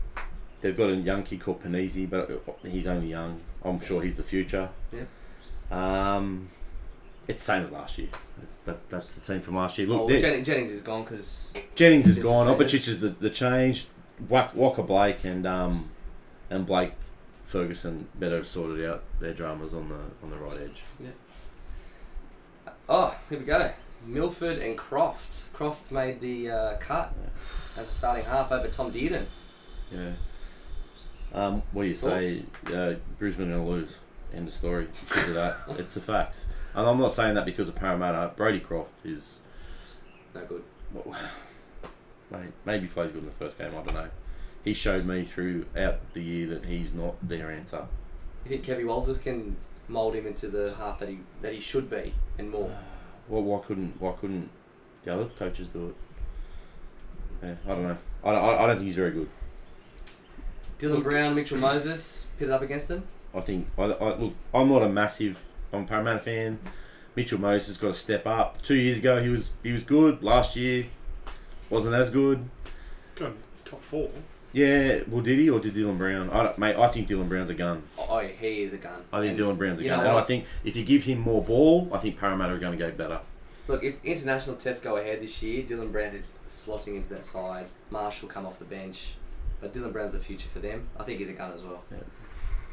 S2: they've got a young kid called Panisi, but he's only young. I'm sure he's the future.
S1: Yep.
S2: Um, it's same as last year. That's that, that's the team from last year. Look,
S1: oh,
S2: they're-
S1: Jen- Jennings is gone because
S2: Jennings is
S1: Yes,
S2: gone.
S1: it's
S2: Opacic is the, the change. Wa- Walker Blake and um, and Blake Ferguson better sorted out their dramas on the on the right edge.
S1: Oh, here we go. Milford and Croft. Croft made the uh, cut as a starting half over Tom Dearden.
S2: Yeah. Um, what do you say? Uh, Brisbane are going to lose. End of story. Because of that, it's a fact. And I'm not saying that because of Parramatta. Brody Croft is
S1: No good.
S2: mate, maybe plays good in the first game. I don't know. He showed me throughout the year that he's not their answer.
S1: You think Kevin Walters can mould him into the half that he that he should be and more?
S2: Well, why couldn't why couldn't the other coaches do it? Yeah, I don't know. I don't, I I don't think he's very good.
S1: Dylan Brown, Mitchell Moses pitted up against him.
S2: I think I, I look. I'm not a massive. I'm a Parramatta fan. Mitchell Moses has got to step up. Two years ago, he was he was good. Last year, wasn't as good.
S3: Got him top four.
S2: Yeah, well, did he or did Dylan Brown? I don't, mate, I think Dylan Brown's a gun.
S1: Oh, oh, he is a gun.
S2: I think
S1: And
S2: Dylan Brown's a
S1: you
S2: gun,
S1: know
S2: and I
S1: what?
S2: think if you give him more ball, I think Parramatta are going to go better.
S1: Look, if international tests go ahead this year, Dylan Brown is slotting into that side. Marshall come off the bench, but Dylan Brown's the future for them. I think he's a gun as well.
S2: Yeah.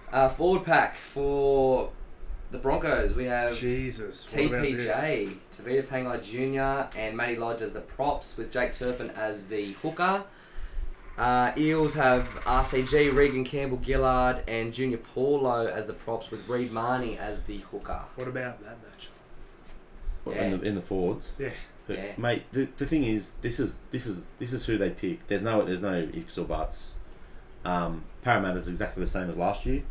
S1: Uh, forward pack for the Broncos. We have
S3: Jesus. what about this?
S1: TPJ, Tavita Pangai Jr. and Matty Lodge as the props, with Jake Turpin as the hooker. Uh, Eels have RCG, Regan Campbell Gillard, and Junior Paulo as the props, with Reed Marnie as the hooker.
S3: What about that matchup?
S1: Yeah.
S2: In, the, in the forwards.
S3: Yeah.
S2: But,
S1: Yeah.
S2: Mate, the, the thing is, this is this is this is who they pick. There's no there's no ifs or buts. Um, Parramatta's exactly the same as last year,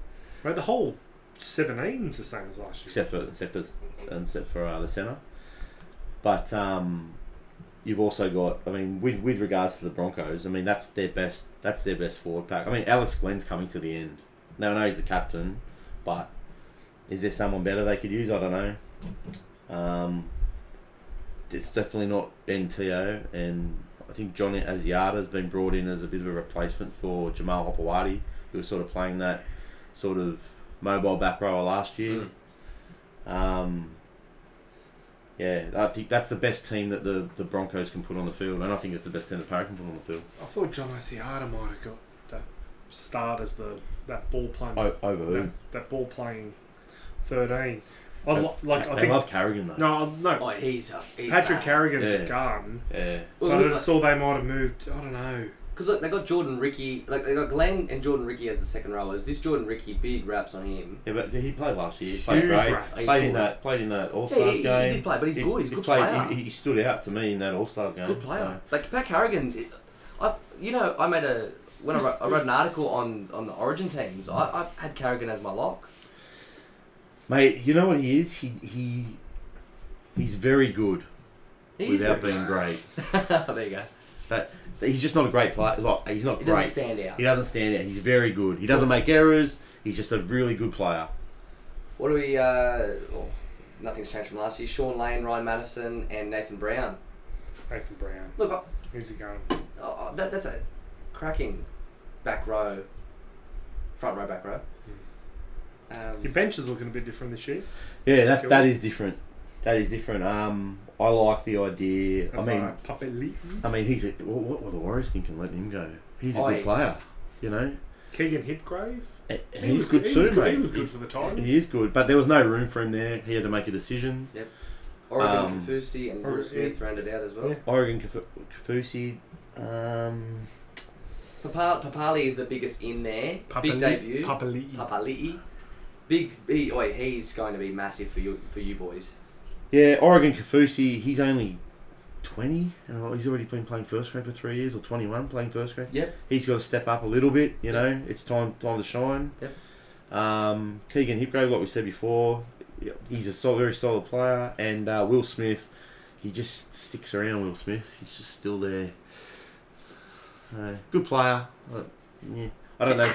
S3: Mate, the whole 17's the same as last year.
S2: except for except for except for uh, the centre. But um, you've also got, I mean, with with regards to the Broncos, I mean that's their best that's their best forward pack. I mean, Alex Glenn's coming to the end. Now I know he's the captain, but is there someone better they could use? I don't know. Um, it's definitely not Ben Teo, and I think Johnny Asiata has been brought in as a bit of a replacement for Jamal Hopewadi, who was sort of playing that sort of mobile back rower last year. Um, yeah, I think that's the best team that the, the Broncos can put on the field, and I think it's the best team that Parra can put on the field.
S3: I thought John Asiata might have got that start as the that ball playing
S2: O- over who?
S3: that, that ball playing thirteen. I
S2: They-
S3: lo- like I
S2: they
S3: think
S2: love Carrigan though.
S3: no I-
S1: Oh,
S3: no
S1: he's a. He's
S3: Patrick
S1: a-
S3: Carrigan's
S2: Yeah.
S3: a gun,
S2: Yeah,
S1: Ooh,
S3: but I just saw they might have moved. I don't know.
S1: Because look, they got Jordan Ricky, like they got Glenn and Jordan Ricky as the second rowers. This Jordan Ricky, big raps on him.
S2: yeah, but he played last year. Played
S3: Huge
S2: great.
S3: raps.
S2: Played in that. Played in that All
S1: Yeah,
S2: Stars
S1: he- he
S2: game.
S1: did play, but he's good, he's a good
S2: played,
S1: player.
S2: He, he stood out to me in that All Stars game.
S1: Good player. Like Pat Carrigan, I you know I made a when I wrote, I wrote an article on on the Origin teams. I, I had Carrigan as my lock.
S2: so. Mate, you know what he is? He he he's very good
S1: He's
S2: without
S1: very-
S2: being great.
S1: there you go.
S2: But he's just not a great player. Like, he's not
S1: He
S2: great.
S1: doesn't stand out.
S2: He doesn't stand out. He's very good. He doesn't make errors. He's just a really good player.
S1: What do we? Uh, oh, nothing's changed from last year. Sean Lane, Ryan Madison, and Nathan Brown.
S3: Nathan Brown,
S1: Look, I,
S3: who's he going?
S1: Oh, oh, that, that's a cracking back row, front row, back row. Uh, Um,
S3: Your bench is looking a bit different this year.
S2: Yeah, that,
S3: Cool.
S2: that is different. That is different. Um, I like the idea.
S3: That's
S2: I mean,
S3: like Papali'i.
S2: I mean, he's a, what, what were the Warriors thinking letting him go? He's a
S1: Oh,
S2: good
S1: yeah.
S2: player, you know.
S3: Keegan Hipgrave.
S2: And
S3: He
S2: he's
S3: was
S2: good
S3: he
S2: too,
S3: was
S2: mate.
S3: He was good for the Titans.
S2: He is good, but there was no room for him there. He had to make a decision.
S1: I reckon
S2: um,
S1: Kafusi and
S3: Or-
S1: Will Smith rounded out as well.
S3: Yeah.
S2: Oregon Kafu- Kafusi, um,
S1: Papa, Papali is the biggest in there.
S3: Papali'i-
S1: Big debut.
S3: Papali'i.
S1: Papali'i. Big, he, oi, he's going to be massive for you, for you boys.
S2: yeah, Oregon Kafusi. He's only twenty, and he's already been playing first grade for three years, or twenty-one playing first grade.
S1: Yep.
S2: he's got to step up a little bit. You know, it's time time to shine.
S1: Yep.
S2: Um, Keegan Hipgrave, like we said before, he's a solid, very solid player, and uh, Will Smith, he just sticks around. Will Smith, he's just still there. Uh, good player. but, yeah. I don't know.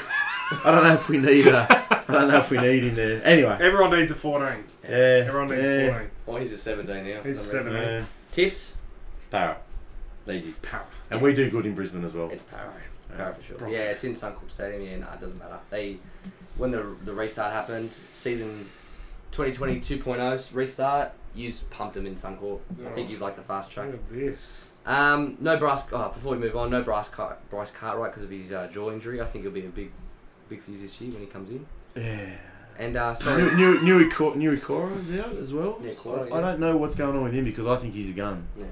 S2: I don't know if we need. Uh, I don't know if we need him there. Anyway,
S3: Everyone needs a 14.
S2: yeah,
S3: Everyone needs a
S2: yeah,
S3: 14.
S1: Oh, he's a 17 now. for
S3: He's
S1: some reason.
S3: seven. 14.
S2: yeah.
S1: Tips?
S2: Power, easy,
S3: Power.
S2: and we do good in Brisbane as well.
S1: It's power.
S2: Yeah.
S1: Power for sure.
S3: Bronco.
S1: Yeah, it's in Suncorp Stadium. Yeah, nah, it doesn't matter. They, when the the restart happened, season 2020 2.0 restart, you pumped them in Suncorp. I think he's like the fast track.
S3: Look at this.
S1: Um, no Bryce. Oh, before we move on, no Bryce Car- Bryce Cartwright because of his uh, jaw injury. I think it'll be a big, big fuse this year when he comes in.
S2: Yeah.
S1: And uh,
S2: New
S1: sorry,
S2: New New Ikora- New Ikora's out as well.
S1: Yeah, Ikora,
S2: I, I
S1: yeah.
S2: don't know what's going on with him because I think he's a gun.
S1: Yeah.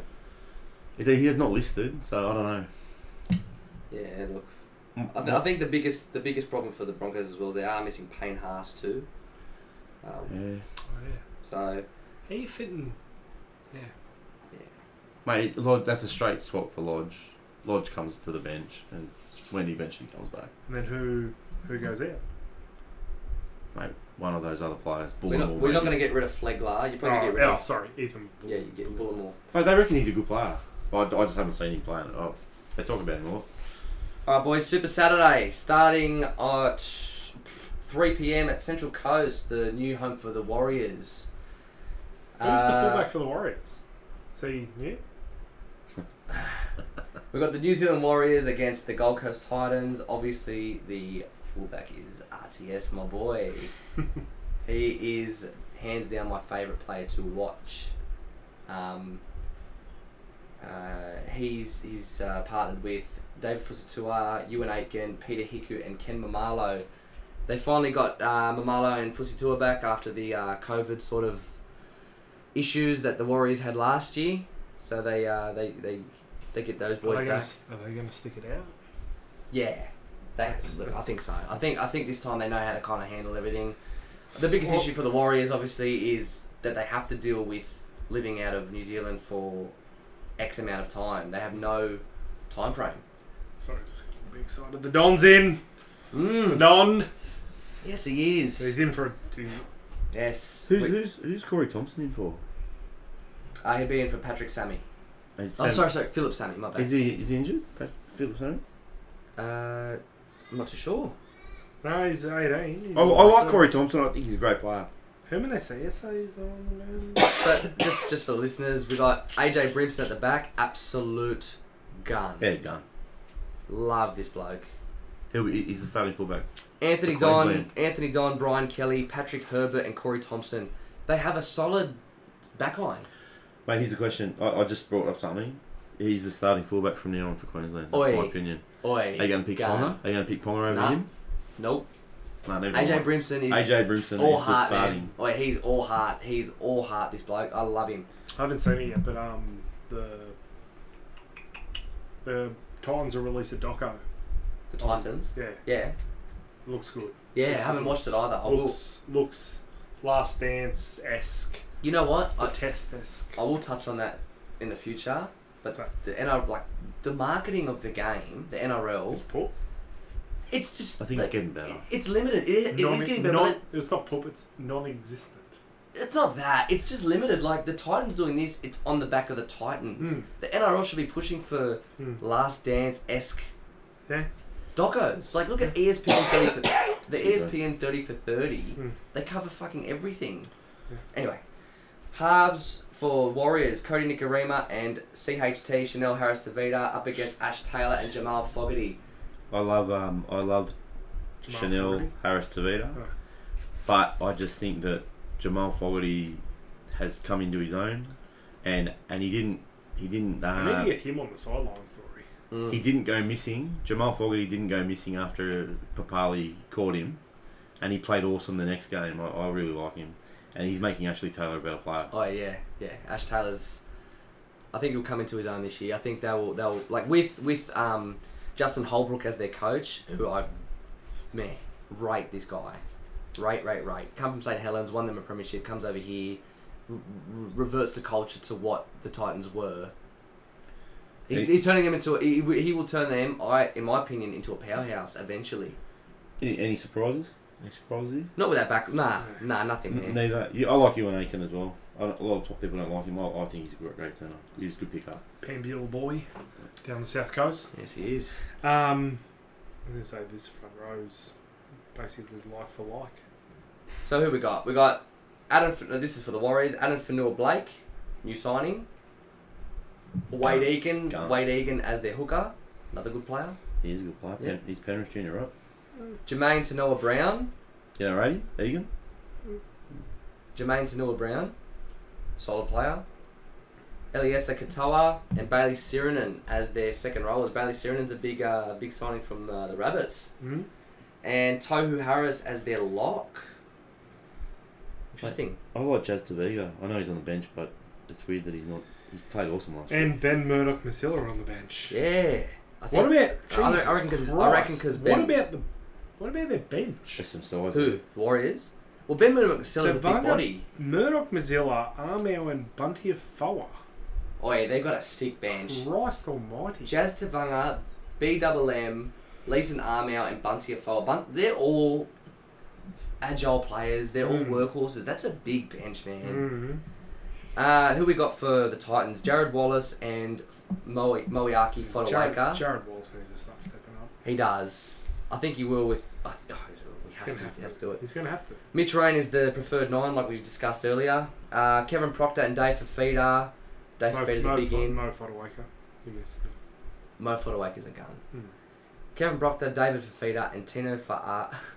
S2: If He He's not listed, so I don't know.
S1: yeah. Look,
S2: M-
S1: I, th- I think the biggest the biggest problem for the Broncos as well. They are missing Payne Haas too. Um,
S2: Yeah.
S3: Oh, yeah.
S1: so
S3: How you fitting?
S2: Mate, Lodge, that's a straight swap for Lodge. Lodge comes to the bench, and when he eventually comes back,
S3: And then who who goes out?
S2: one of those other players.
S1: we're not,
S2: Bullimore
S1: we're not
S2: maybe.
S1: going to get rid of Flegler. You're probably
S3: Oh,
S1: get rid
S3: oh,
S1: of.
S3: sorry, Ethan.
S1: Yeah, you get Bullimore.
S2: But they reckon he's a good player. I, I just haven't seen him playing. Oh, they talk about him a lot.
S1: All right, boys. Super Saturday starting at 3 p.m. at Central Coast. The new home for the Warriors.
S3: Who's the
S1: Uh,
S3: fullback for the Warriors? See, yeah.
S1: We've got the New Zealand Warriors against the Gold Coast Titans. Obviously, the fullback is RTS, my boy. he is hands down my favourite player to watch. Um, uh, he's he's uh, partnered with David Fusitua, Ewan Aitken, Peter Hiku, and Ken Mamalo. They finally got uh, Mamalo and Fusitua back after the uh, COVID sort of issues that the Warriors had last year. So they uh, they, they they get those
S3: Are
S1: boys
S3: they, gonna,
S1: back.
S3: s- are they gonna stick it out?
S1: Yeah, that's. I think so. I think I think this time they know how to kind of handle everything. The biggest
S3: Well-
S1: issue for the Warriors, obviously, is that they have to deal with living out of New Zealand for X amount of time. They have no time frame.
S3: Sorry, just a bit excited. The Don's in. The
S1: Mm.
S3: Don.
S1: Yes, he
S3: He's
S1: is.
S3: in for. A, he's-
S1: Yes.
S2: Who's,
S1: We-
S2: who's, who's Corey Thompson in for?
S1: Uh, he'd be in for Patrick Sammy.
S2: Is
S1: Oh,
S2: Sam-
S1: sorry, sorry, Philip Sammy. My bad.
S2: Is he is he injured? Pat- Phillips, sorry?
S1: Uh, I'm not too sure.
S3: no, he's 18. He's
S2: I, I like
S3: so-
S2: Corey Thompson. I think he's a great player.
S3: Jimenez ASA is the one. who-
S1: So just just for the listeners, we got AJ Brimson at the back, absolute gun.
S2: Yeah, gun.
S1: Love this bloke.
S2: He'll be, he's the starting fullback.
S1: Anthony
S2: For
S1: Don,
S2: Queensland.
S1: Anthony Don, Brian Kelly, Patrick Herbert, and Corey Thompson. They have a solid back line.
S2: Mate, here's the question. I, I just brought up something. He's the starting fullback from now on for Queensland. That's
S1: Oi.
S2: my opinion.
S1: Oi.
S2: Are you going to pick
S1: gun.
S2: Ponga? Are you going to pick Ponga over
S1: Nah.
S2: him?
S1: Nope.
S2: No, never
S1: AJ
S2: mind.
S1: Brimson is
S2: AJ Brimson
S1: all
S2: is the
S1: heart,
S2: starting.
S1: man. Oi, he's all heart. He's all heart, this bloke. I love him.
S3: I haven't seen it yet, but um, the the Titans will release a doco.
S1: The Titans.
S3: Yeah,
S1: Yeah.
S3: looks good.
S1: Yeah,
S3: Looks-
S1: I haven't watched it
S3: looks-
S1: either. I will.
S3: looks looks Last Dance esque,
S1: You know what?
S3: the
S1: I,
S3: Test esque.
S1: I will touch on that in the future. But
S3: Sorry.
S1: the NRL, like, the marketing of the game, the NRL,
S3: It's poor.
S1: it's just.
S2: I think it's
S1: like,
S2: getting better.
S1: It's limited. It, it is getting better. but it-
S3: Non, it's not poor. It's non-existent.
S1: It's not that. It's just limited. Like the Titans doing this, it's on the back of the Titans.
S3: Mm.
S1: The NRL should be pushing for
S3: Mm.
S1: Last Dance esque
S3: Yeah,
S1: docos. Like look at E ESPN thirty for the E ESPN thirty for thirty.
S3: Mm.
S1: They cover fucking everything.
S3: Yeah.
S1: Anyway, halves for Warriors: Cody Nikarima and CHT Chanel Harris Tavita up against Ash Taylor and Jamal Fogarty.
S2: I love um I love
S3: Jamal
S2: Chanel
S3: Fogarty.
S2: Harris Tavita.
S3: Oh.
S2: But I just think that Jamal Fogarty has come into his own, and and he didn't he didn't
S3: I
S2: uh,
S3: need to get him on the sideline story.
S1: Mm.
S2: he didn't go missing. Jamal Fogarty didn't go missing after Papali caught him, and he played awesome the next game. I, I really like him, and he's making Ashley Taylor a better player.
S1: Oh yeah, yeah. Ash Taylor's. I think he'll come into his own this year. I think they will. They'll like with with um, Justin Holbrook as their coach, who I man rate this guy, rate rate rate. Come from St Helens, won them a premiership, comes over here, re- re- reverts the culture to what the Titans were. He's,
S2: He-
S1: he's turning them into. A, he, he will turn them, I in my opinion, into a powerhouse eventually.
S2: Any, any surprises? Any surprises? Here?
S1: Not with that back. Nah, nah, nothing
S2: N-
S1: there.
S2: Neither. You, I like Ewan Aiken as well. I don't, a lot of people don't like him. I, I think he's a great, great turner. He's a good pickup.
S3: Pambutal boy down the south coast.
S1: Yes, he is.
S3: Um, I'm going to say this front row's basically like for like.
S1: So who we got? We got Adam. F- no, This is for the Warriors. Adam Fanua Blake, new signing. Wade Egan.
S2: Gunn.
S1: Wade Egan as their hooker, another good player.
S2: He is a good player.
S1: Yeah.
S2: Pen- He's Penrith Junior, right?
S1: Jermaine Tanoa Brown.
S2: Yeah, righty. Egan.
S1: Jermaine Tanoa Brown, solid player. Eliezer Katoa and Bailey Sirinen as their second rollers. Bailey Sirinen's a big, uh, big signing from the, the Rabbits,
S3: Mm?
S1: and Tohu Harris as their lock. Interesting.
S2: I like Jazz Tavega. I know he's on the bench, but it's weird that he's not. He's played awesome last year.
S3: And Ben Murdoch Masilla on the bench.
S1: Yeah. I
S3: What about?
S1: I
S3: Jesus
S1: reckon 'cause- I reckon 'cause
S3: Christ,
S1: Ben-
S3: What about the? What about their bench?
S2: There's some size.
S1: Who? The Warriors? Well, Ben Murdoch-Sill is a big
S3: Tavanga-
S1: body.
S3: Murdoch Mazilla, Armour, and Bunty of Foa.
S1: Oh yeah, they've got a sick bench.
S3: Christ Almighty!
S1: Jazz Tavanga, B Double M, Leeson Armour, and Bunty Afoa. Bun- they're all agile players. They're
S3: Mm.
S1: all workhorses. That's a big bench, man.
S3: Mhm.
S1: Uh, who we got for the Titans? Jared Wallace and Mo- Moiaki
S3: Jared,
S1: Fodawaka.
S3: Jared Wallace needs to start stepping up.
S1: He does. I think he will with. I th- oh, he's- he
S3: He's
S1: has to,
S3: gonna have
S1: he has to do it.
S3: He's gonna have to.
S1: Mitch Rain is the preferred nine, like we discussed earlier. Uh, Kevin Proctor and Dave Fafita. Dave
S3: Mo,
S1: Fafita's
S3: Mo,
S1: a big
S3: Fo-
S1: in.
S3: Mo Fodawaker. You missed them.
S1: Mo Fodawaker's is a gun.
S3: Hmm.
S1: Kevin Brockter, David Fafita, and Tino Fa'a.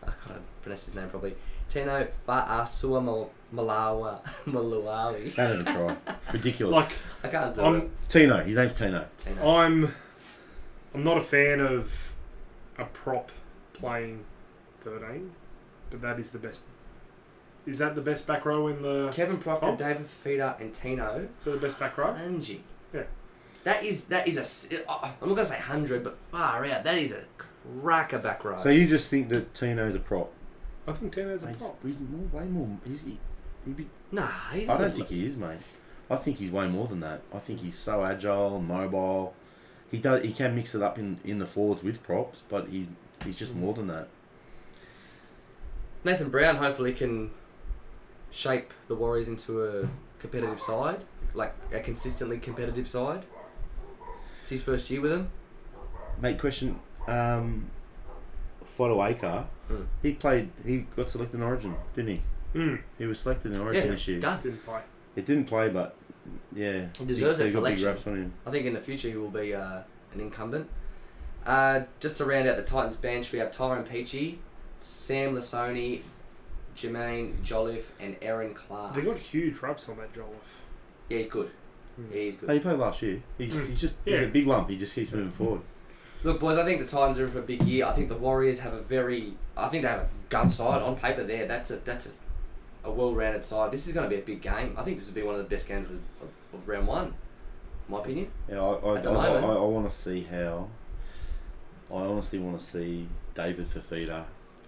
S1: I can't pronounce his name properly. Tino Fa'asua Mal- Malawa Malawi.
S2: Don't even try. Ridiculous.
S3: Like
S1: I can't do
S3: I'm,
S1: it.
S2: Tino. His name's Tino.
S1: Tino.
S3: I'm, I'm not a fan of a prop playing thirteen, but that is the best. Is that the best back row in the?
S1: Kevin Proctor,
S3: Oh.
S1: David Fafita, and Tino
S3: Is that the best back row?
S1: Angie.
S3: Yeah.
S1: That is that is a. s- uh, I'm not gonna say hundred, but far out. That is a cracker back row.
S2: So you just think that Tino's a prop?
S3: I think Tino's a
S2: He's,
S3: prop.
S2: he's more, way more. He's, he, he'd be,
S1: nah, he's.
S2: I
S1: not-
S2: don't think he is, mate. I think he's way more than that. I think he's so agile, mobile. He does. He can mix it up in, in the forwards with props, but he's he's just more than that.
S1: Nathan Brown hopefully can shape the Warriors into a competitive side, like a consistently competitive side. It's his first year with them.
S2: Mate, question. Um, Fodawaker,
S1: Mm.
S2: he played. He got selected in Origin, didn't he?
S3: Mm,
S2: He was selected in Origin this year.
S1: done.
S3: didn't play.
S2: It didn't play, but yeah,
S1: He deserves
S2: they
S1: that
S2: got big
S1: selection.
S2: raps on him.
S1: I think in the future he will be uh, an incumbent. Uh, just to round out the Titans bench, we have Tyron Peachy, Sam Lasoni, Jermaine Jolliffe, and Aaron Clark.
S3: They got huge rubs on that Jolliffe.
S1: yeah, he's good.
S3: Mm.
S1: Yeah, he's
S2: Hey,
S1: good.
S2: he played last year. He's,
S1: Hmm.
S3: Mm.
S2: he's just
S3: Yeah.
S2: he's a big lump. He just keeps moving forward.
S1: Look, boys, I think the Titans are in for a big year. I think the Warriors have a very, I think they have a gun side on paper. There, that's a that's a, a well-rounded side. This is going to be a big game. I think this will be one of the best games of, of, of round one, in my opinion.
S2: Yeah, I I,
S1: At
S2: I,
S1: the
S2: I,
S1: moment.
S2: I, want to see how. I honestly want to see David Fafita.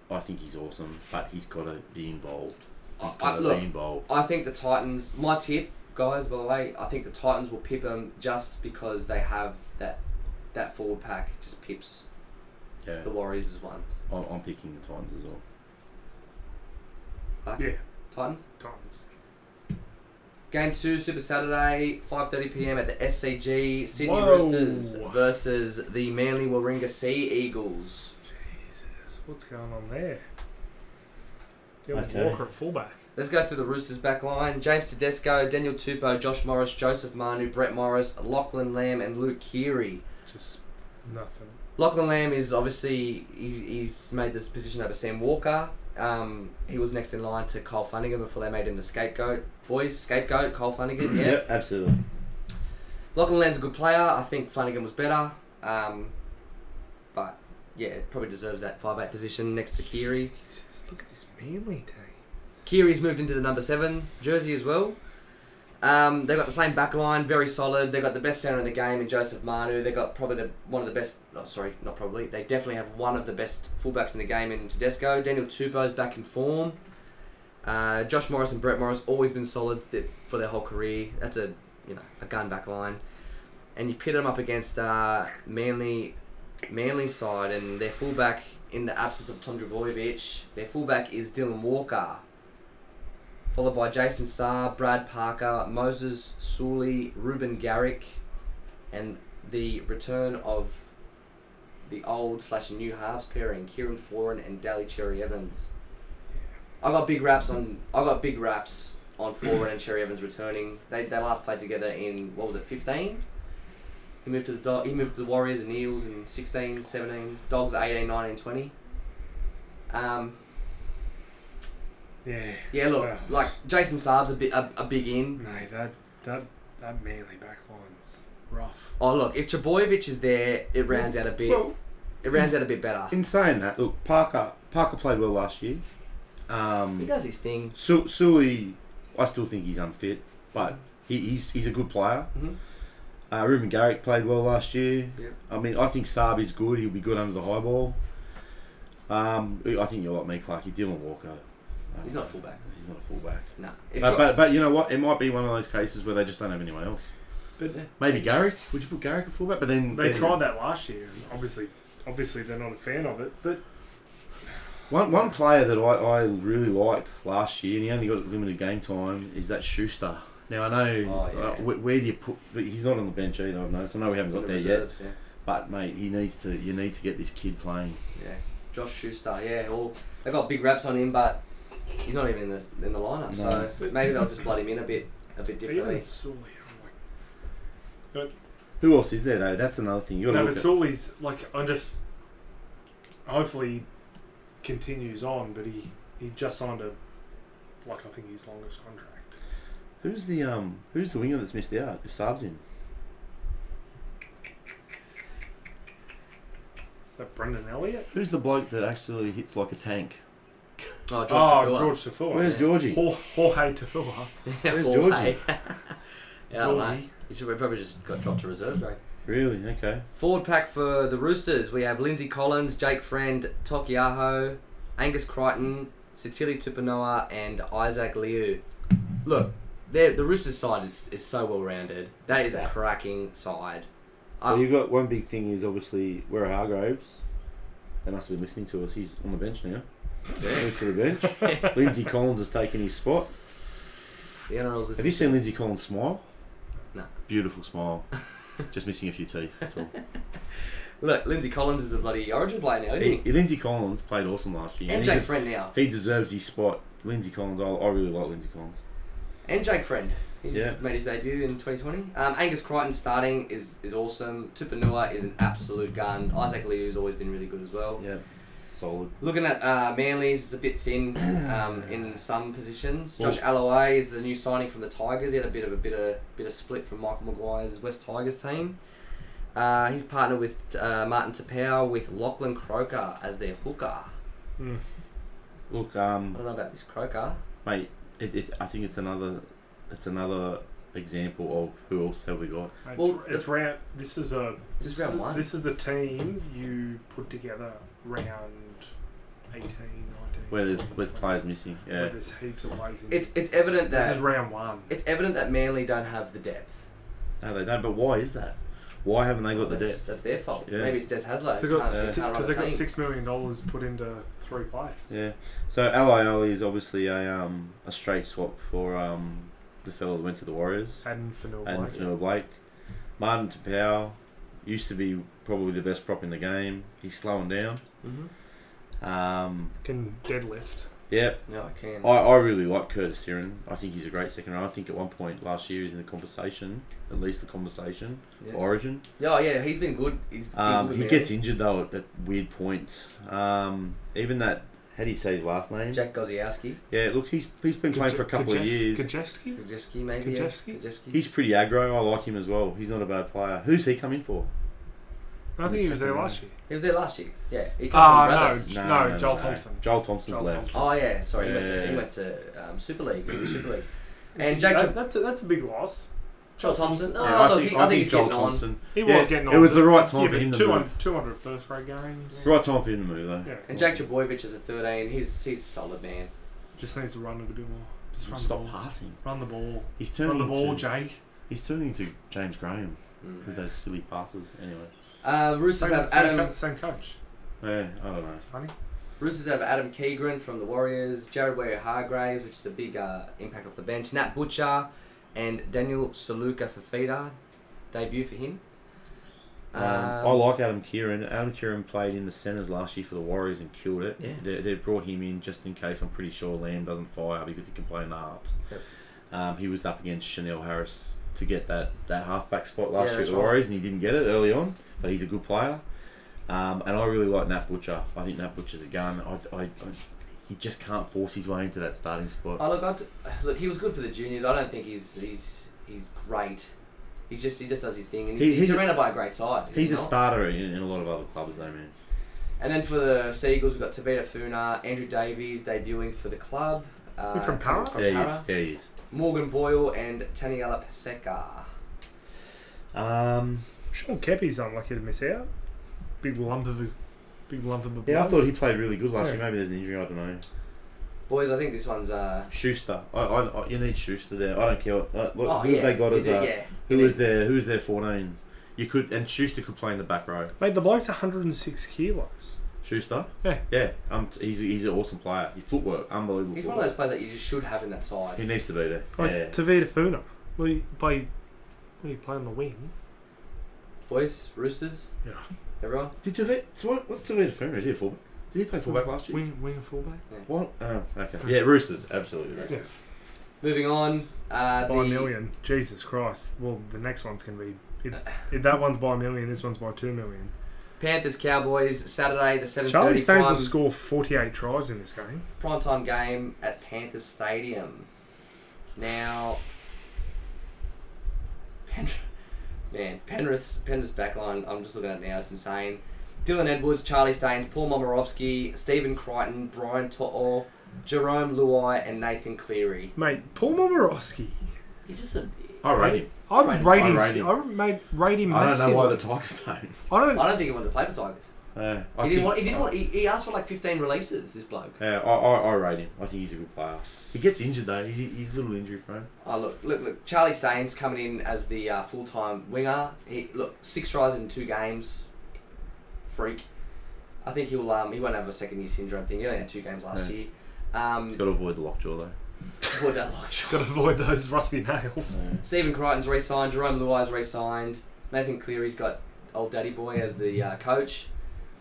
S2: I think he's awesome, but he's got to be involved. He's
S1: I- I-
S2: got to
S1: look,
S2: be involved.
S1: I think the Titans. My tip, guys, by the way, I think the Titans will pip them just because they have that that forward pack just pips
S2: Yeah,
S1: the Warriors as ones.
S2: I'm, I'm picking the Titans as well.
S3: Yeah,
S1: Titans.
S3: Titans.
S1: Game two, Super Saturday, five thirty PM at the SCG. Sydney
S3: Whoa.
S1: Roosters versus the Manly Warringah Sea Eagles.
S3: Jesus, what's going on there? Dylan
S2: Okay.
S3: Walker at fullback.
S1: Let's go through the Roosters back line. James Tedesco, Daniel Tupou, Josh Morris, Joseph Manu, Brett Morris, Lachlan Lamb, and Luke Keary.
S3: Just nothing.
S1: Lachlan Lamb is obviously he's, he's made this position over Sam Walker. um, he was next in line to Cole Flanagan before they made him the scapegoat. Boys, scapegoat, Cole Flanagan, yeah.
S2: Yep, absolutely.
S1: Lachlan Land's a good player. I think Flanagan was better. Um, but, yeah, probably deserves that 5'8 position next to Kiri.
S3: Jesus, look at this manly team.
S1: Kiri's moved into the number seven jersey as well. Um, they've got the same back line, very solid. They've got the best center in the game in Joseph Manu. They've got probably the, one of the best, oh, sorry, not probably, they definitely have one of the best fullbacks in the game in Tedesco. Daniel Tupou's back in form. Uh, Josh Morris and Brett Morris always been solid th- for their whole career. That's a, you know, a gun back line. And you pit them up against uh, Manly, Manly side, and their fullback, in the absence of Tom Dragojevic, their fullback is Dylan Walker followed by Jason Saar, Brad Parker, Moses Sully, Ruben Garrick, and the return of the old slash new halves pairing, Kieran Foran and Dally Cherry Evans. I got big raps on I got big raps on Foran and Cherry Evans returning. They, they last played together in what was it, fifteen? He moved to the dog, he moved to the Warriors and Eels in 16, 17, Dogs 18, 19, 20. Um,
S3: Yeah.
S1: yeah, look,
S3: Wow. Hmm.
S1: like Jason Saab's a, bi- a, a big in.
S3: Mate, that that that manly backline's rough.
S1: Oh look, if Chaboyevich is there, it rounds out a bit.
S2: Well,
S1: it rounds out a bit better.
S2: in saying that, look, Parker Parker played well last year. Um,
S1: He does his thing.
S2: Su- Sully, I still think he's unfit, but he, he's he's a good player.
S1: Mhm.
S2: Uh, Ruben Garrick played well last year.
S1: Yep.
S2: I mean, I think Saab is good. He'll be good under the high ball. Um, I think you're like me, Clarky. Dylan Walker. I
S1: He's
S2: don't
S1: not a fullback.
S2: know. He's not a fullback.
S1: Nah. If
S2: But,
S1: Jo-
S2: but, but you know what? It might be one of those cases where they just don't have anyone else.
S3: But
S2: Maybe Garrick. Would you put Garrick at fullback? But then
S3: they
S2: then-
S3: tried that last year and obviously obviously they're not a fan of it, but
S2: One one player that I, I really liked last year, and he only got limited game time, is that Schuster. Now I know
S1: Oh, yeah.
S2: uh, where, where do you put? But he's not on the bench either. I've noticed. I know we haven't
S1: he's in
S2: got
S1: the
S2: there yet,
S1: reserves, yeah.
S2: but mate, he needs to. You need to get this kid playing.
S1: Yeah. Josh Schuster, yeah, all they got big raps on him, but he's not even in the in the lineup. So
S3: No.
S1: maybe they'll just blood him in a bit, a bit differently.
S3: even Sully, I'm like
S2: Who else is there though? That's another thing. You got to
S3: No,
S2: look
S3: but
S2: at.
S3: Sully's like I just hopefully he continues on, but he he just signed a like I think his longest contract.
S2: who's the um Who's the winger that's missed out? If Saab's in,
S3: That Brendan Elliott.
S2: who's the bloke that actually hits like a tank?
S1: Oh, Josh
S3: oh,
S1: Tafua.
S3: George Tafua.
S2: Where's
S1: yeah.
S2: Georgie?
S3: Jor- Jorge Tafua.
S1: yeah,
S2: Where's
S1: Paul
S2: Georgie?
S1: Hay. yeah, I don't know.
S3: Georgie.
S1: He should- we probably just got dropped to reserve grade.
S2: Really? Okay.
S1: Forward pack for the Roosters, we have Lindsay Collins, Jake Friend, Tokiaho, Angus Crichton, Satili Tupanoa, and Isaac Liu. Look, they're- the Roosters side is, is so well rounded. That is a
S2: Stacked.
S1: cracking side.
S2: Well,
S1: Um,
S2: you've got one big thing is obviously where are Hargraves? They must have been listening to us. He's on the bench now. Moved to the bench. Lindsay Collins has taken his spot.
S1: the NRL's
S2: Have you
S1: listening.
S2: seen Lindsay Collins smile?
S1: No.
S2: Beautiful smile. Just missing a few teeth. That's all.
S1: Look, Lindsay Collins is a bloody Origin player now,
S2: He-
S1: isn't
S2: he- Lindsay Collins played awesome last
S1: he?
S2: year.
S1: And
S2: he,
S1: Jake
S2: des-
S1: Friend now.
S2: he deserves his spot. Lindsay Collins, I, I really like Lindsay Collins.
S1: And Jake Friend. He's
S2: Yeah.
S1: made his debut in 2020. Um, Angus Crichton starting is, is awesome. Tupanua is an absolute gun. Isaac Liu's always been really good as well.
S2: Yeah. Solid.
S1: Looking at uh, Manly's, it's a bit thin um, in some positions. Josh Alloway is the new signing from the Tigers. He had a bit of a bit of bit of split from Michael Maguire's West Tigers team. Uh, he's partnered with uh, Martin Tapau with Lachlan Croker as their hooker.
S3: Mm.
S2: Look,
S1: I
S2: um,
S1: don't know about this Croker.
S2: mate, it, it, I think it's another, it's another example of who else have we got?
S3: It's,
S1: Well,
S3: it's round. This is a
S1: This is round one.
S3: This is the team you put together round 18, 19.
S2: Where there's
S3: 20,
S2: there's
S3: 20.
S2: players missing.
S3: Where
S2: Yeah.
S3: there's heaps of ways. In.
S1: It's it's evident
S3: this is
S1: that
S3: round one.
S1: it's evident that Manly don't have the depth.
S2: No, they don't. But why is that? Why haven't they got the
S1: that's,
S2: depth?
S1: that's their fault.
S2: Yeah.
S1: Maybe it's Des Hasler.
S3: Because they got,
S1: Can't-
S3: si-
S1: can't run
S3: 'cause
S1: the
S3: they got
S1: team.
S3: six million dollars put into three players.
S2: Yeah. So Ali is obviously a um a straight swap for um the fellow that went to the Warriors
S3: And Fanil
S2: and
S3: Blake.
S2: Fanua Blake. Martin Tapau used to be probably the best prop in the game. He's slowing down.
S1: Mhm.
S2: Um,
S3: can deadlift.
S2: yeah,
S1: No, I can.
S2: I,
S3: Oh.
S2: I really like Curtis Siren. I think he's a great second round. I think at one point last year he was in the conversation, at least the conversation,
S1: Yeah.
S2: for Origin.
S1: Yeah, yeah, he's been good. He's been
S2: Um,
S1: good
S2: he
S1: Manly.
S2: gets injured though at, at weird points. Um, even that How do you say his last name?
S1: Jack Gozziowski.
S2: Yeah, look, he's he's been playing for a couple of years.
S3: Kajewski?
S1: Gojewski, maybe. yeah.
S3: Gojewski?
S1: Gojewski.
S2: He's pretty aggro. I like him as well. He's not a bad player. Who's he coming for?
S3: I think he was there last year.
S1: He was there last year. Yeah. E He came
S3: Ah,
S1: from
S3: no,
S1: Rabbits.
S3: no, Joel Thompson.
S2: Joel Thompson's
S3: Joel
S2: left.
S3: Thompson.
S1: Oh yeah, sorry. He went
S2: Yeah.
S1: to he went to um, Super League. He was Super League.
S3: Is
S1: And
S3: he-
S1: Jack
S3: that- that's, a, that's a big loss.
S1: Joel Thompson. No,
S2: Yeah, Oh, I,
S1: look,
S2: think,
S1: he-
S2: I think
S1: he's
S2: Joel
S1: getting on.
S2: Thompson.
S3: He
S2: Yeah,
S3: was getting on.
S2: It was the right time
S3: yeah,
S2: for
S3: but
S2: him to
S3: 200,
S2: move.
S3: 200 first grade games.
S2: Right time for him to move though.
S3: Yeah.
S1: And Jack Jabojevic is a 13. He's he's a solid man.
S3: Just needs to run it a bit more. Just run
S2: Stop
S3: the ball.
S2: passing.
S3: Run the ball.
S2: He's turning
S3: Run the ball,
S2: into
S3: Jake.
S2: he's turning into James Graham
S1: Mm.
S2: with those silly passes. Anyway,
S1: Uh, Roosters
S3: Same,
S1: have
S3: same,
S1: Adam.
S3: co- same coach.
S2: yeah, I don't know.
S3: That's funny.
S1: Roosters have Adam Keegren from the Warriors, Jared Ware Hargraves, which is a big uh, impact off the bench, Nat Butcher, and Daniel Saluka Fafida. Debut for him.
S2: Um, I like Adam Kieran. Adam Kieran played in the centres last year for the Warriors and killed it.
S1: Yeah.
S2: They, they brought him in just in case. I'm pretty sure Lamb doesn't fire because he can play in the halves.
S1: Yep.
S2: Um, he was up against Chanel Harris to get that, that halfback spot last
S1: Yeah,
S2: year at
S1: that's
S2: the
S1: right.
S2: Warriors, and he didn't get it early on, but he's a good player. Um, and I really like Nat Butcher. I think Nat Butcher's a gun. I, I, I, he just can't force his way into that starting spot.
S1: I look, I d look, he was good for the juniors. I don't think he's he's he's great. He's just he just does his thing, and he's,
S2: He-
S1: he's,
S2: he's a-
S1: surrounded by a great side. is
S2: He's
S1: he
S2: a
S1: not?
S2: starter in, in a lot of other clubs, though, man.
S1: And then for the Seagulls, we've got Tavita Funa, Andrew Davies debuting for the club. Uh,
S3: From
S1: coming
S3: Para?
S1: from
S2: yeah,
S1: Para.
S2: he is. Yeah, he is.
S1: Morgan Boyle and Taniela Paseka.
S2: Um,
S3: Sean Kepi's unlucky to miss out. Big lump of a big lump of a
S2: Yeah, I
S3: blow.
S2: thought he played really good last
S3: Yeah.
S2: year. Maybe there's an injury. I don't know.
S1: Boys, I think this one's uh.
S2: Schuster, I, I, I- you need Schuster there. I don't care. What, uh, look,
S1: oh,
S2: who
S1: yeah,
S2: have they got
S1: you
S2: as
S1: do,
S2: uh,
S1: yeah.
S2: who
S1: You
S2: is
S1: do.
S2: their who's their fourteen? You could and Schuster could play in the back row.
S3: Mate, the bloke's 106 kilos.
S2: Schuster,
S3: Yeah.
S2: yeah. Um, t- he's he's an awesome player. His footwork, unbelievable.
S1: He's one of those players that you just should have in that
S2: footwork.
S1: side.
S2: He needs to be there.
S3: Like
S2: yeah.
S3: Tavita Funa. Well, he play, well, he play on the wing.
S1: Boys, Roosters,
S3: Yeah.
S1: everyone.
S2: Did Tavita? So what, what's Tavita Fuma? Is he a fullback? Did he play
S1: Mm.
S2: fullback last year?
S3: Wing, wing and fullback.
S2: What? Oh, okay. Yeah, Roosters, absolutely.
S1: Yeah.
S2: Roosters.
S3: Yeah.
S1: Moving on. Uh,
S3: By a
S1: the-
S3: million. Jesus Christ. Well, the next one's going to be. If, if that one's by a million, this one's by two million.
S1: Panthers Cowboys Saturday the seven
S3: Charlie
S1: thirty
S3: Staines will
S1: prime,
S3: score 48 tries in this game.
S1: prime time game at Panthers Stadium. Now, Pen- man, Penrith's Penrith's backline. I'm just looking at it now. It's insane. Dylan Edwards, Charlie Staines, Paul Momorowski, Stephen Crichton, Brian To'o, Jerome Luai, and Nathan Cleary.
S3: Mate, Paul Momorowski.
S1: He's just a.
S2: I rate him.
S3: I
S1: Rate
S3: would
S1: him.
S3: rate him.
S2: I rate him.
S3: I would mate, rate him
S2: I don't know
S3: massively.
S2: why the Tigers don't.
S3: I
S1: I
S3: don't.
S1: don't think he wanted to play for Tigers.
S2: Uh, I
S1: He didn't
S2: think-
S1: want. He didn't want. He, he asked for like 15 releases. This bloke.
S2: Yeah, Uh, I, I, I rate him. I think he's a good player. He gets injured though. He's, he's a little injury prone.
S1: Oh look, look, look! Charlie Staines coming in as the uh, full-time winger. He look six tries in two games. Freak. I think he'll um he won't have a second year syndrome thing. He only had two games last
S2: Yeah.
S1: year. Um,
S2: He's got to avoid the lockjaw though.
S1: avoid that lockjaw.
S3: Gotta avoid those rusty nails.
S1: Stephen Crichton's re-signed. Jerome Luai's re-signed. Nathan Cleary's got old Daddy Boy as the uh, coach.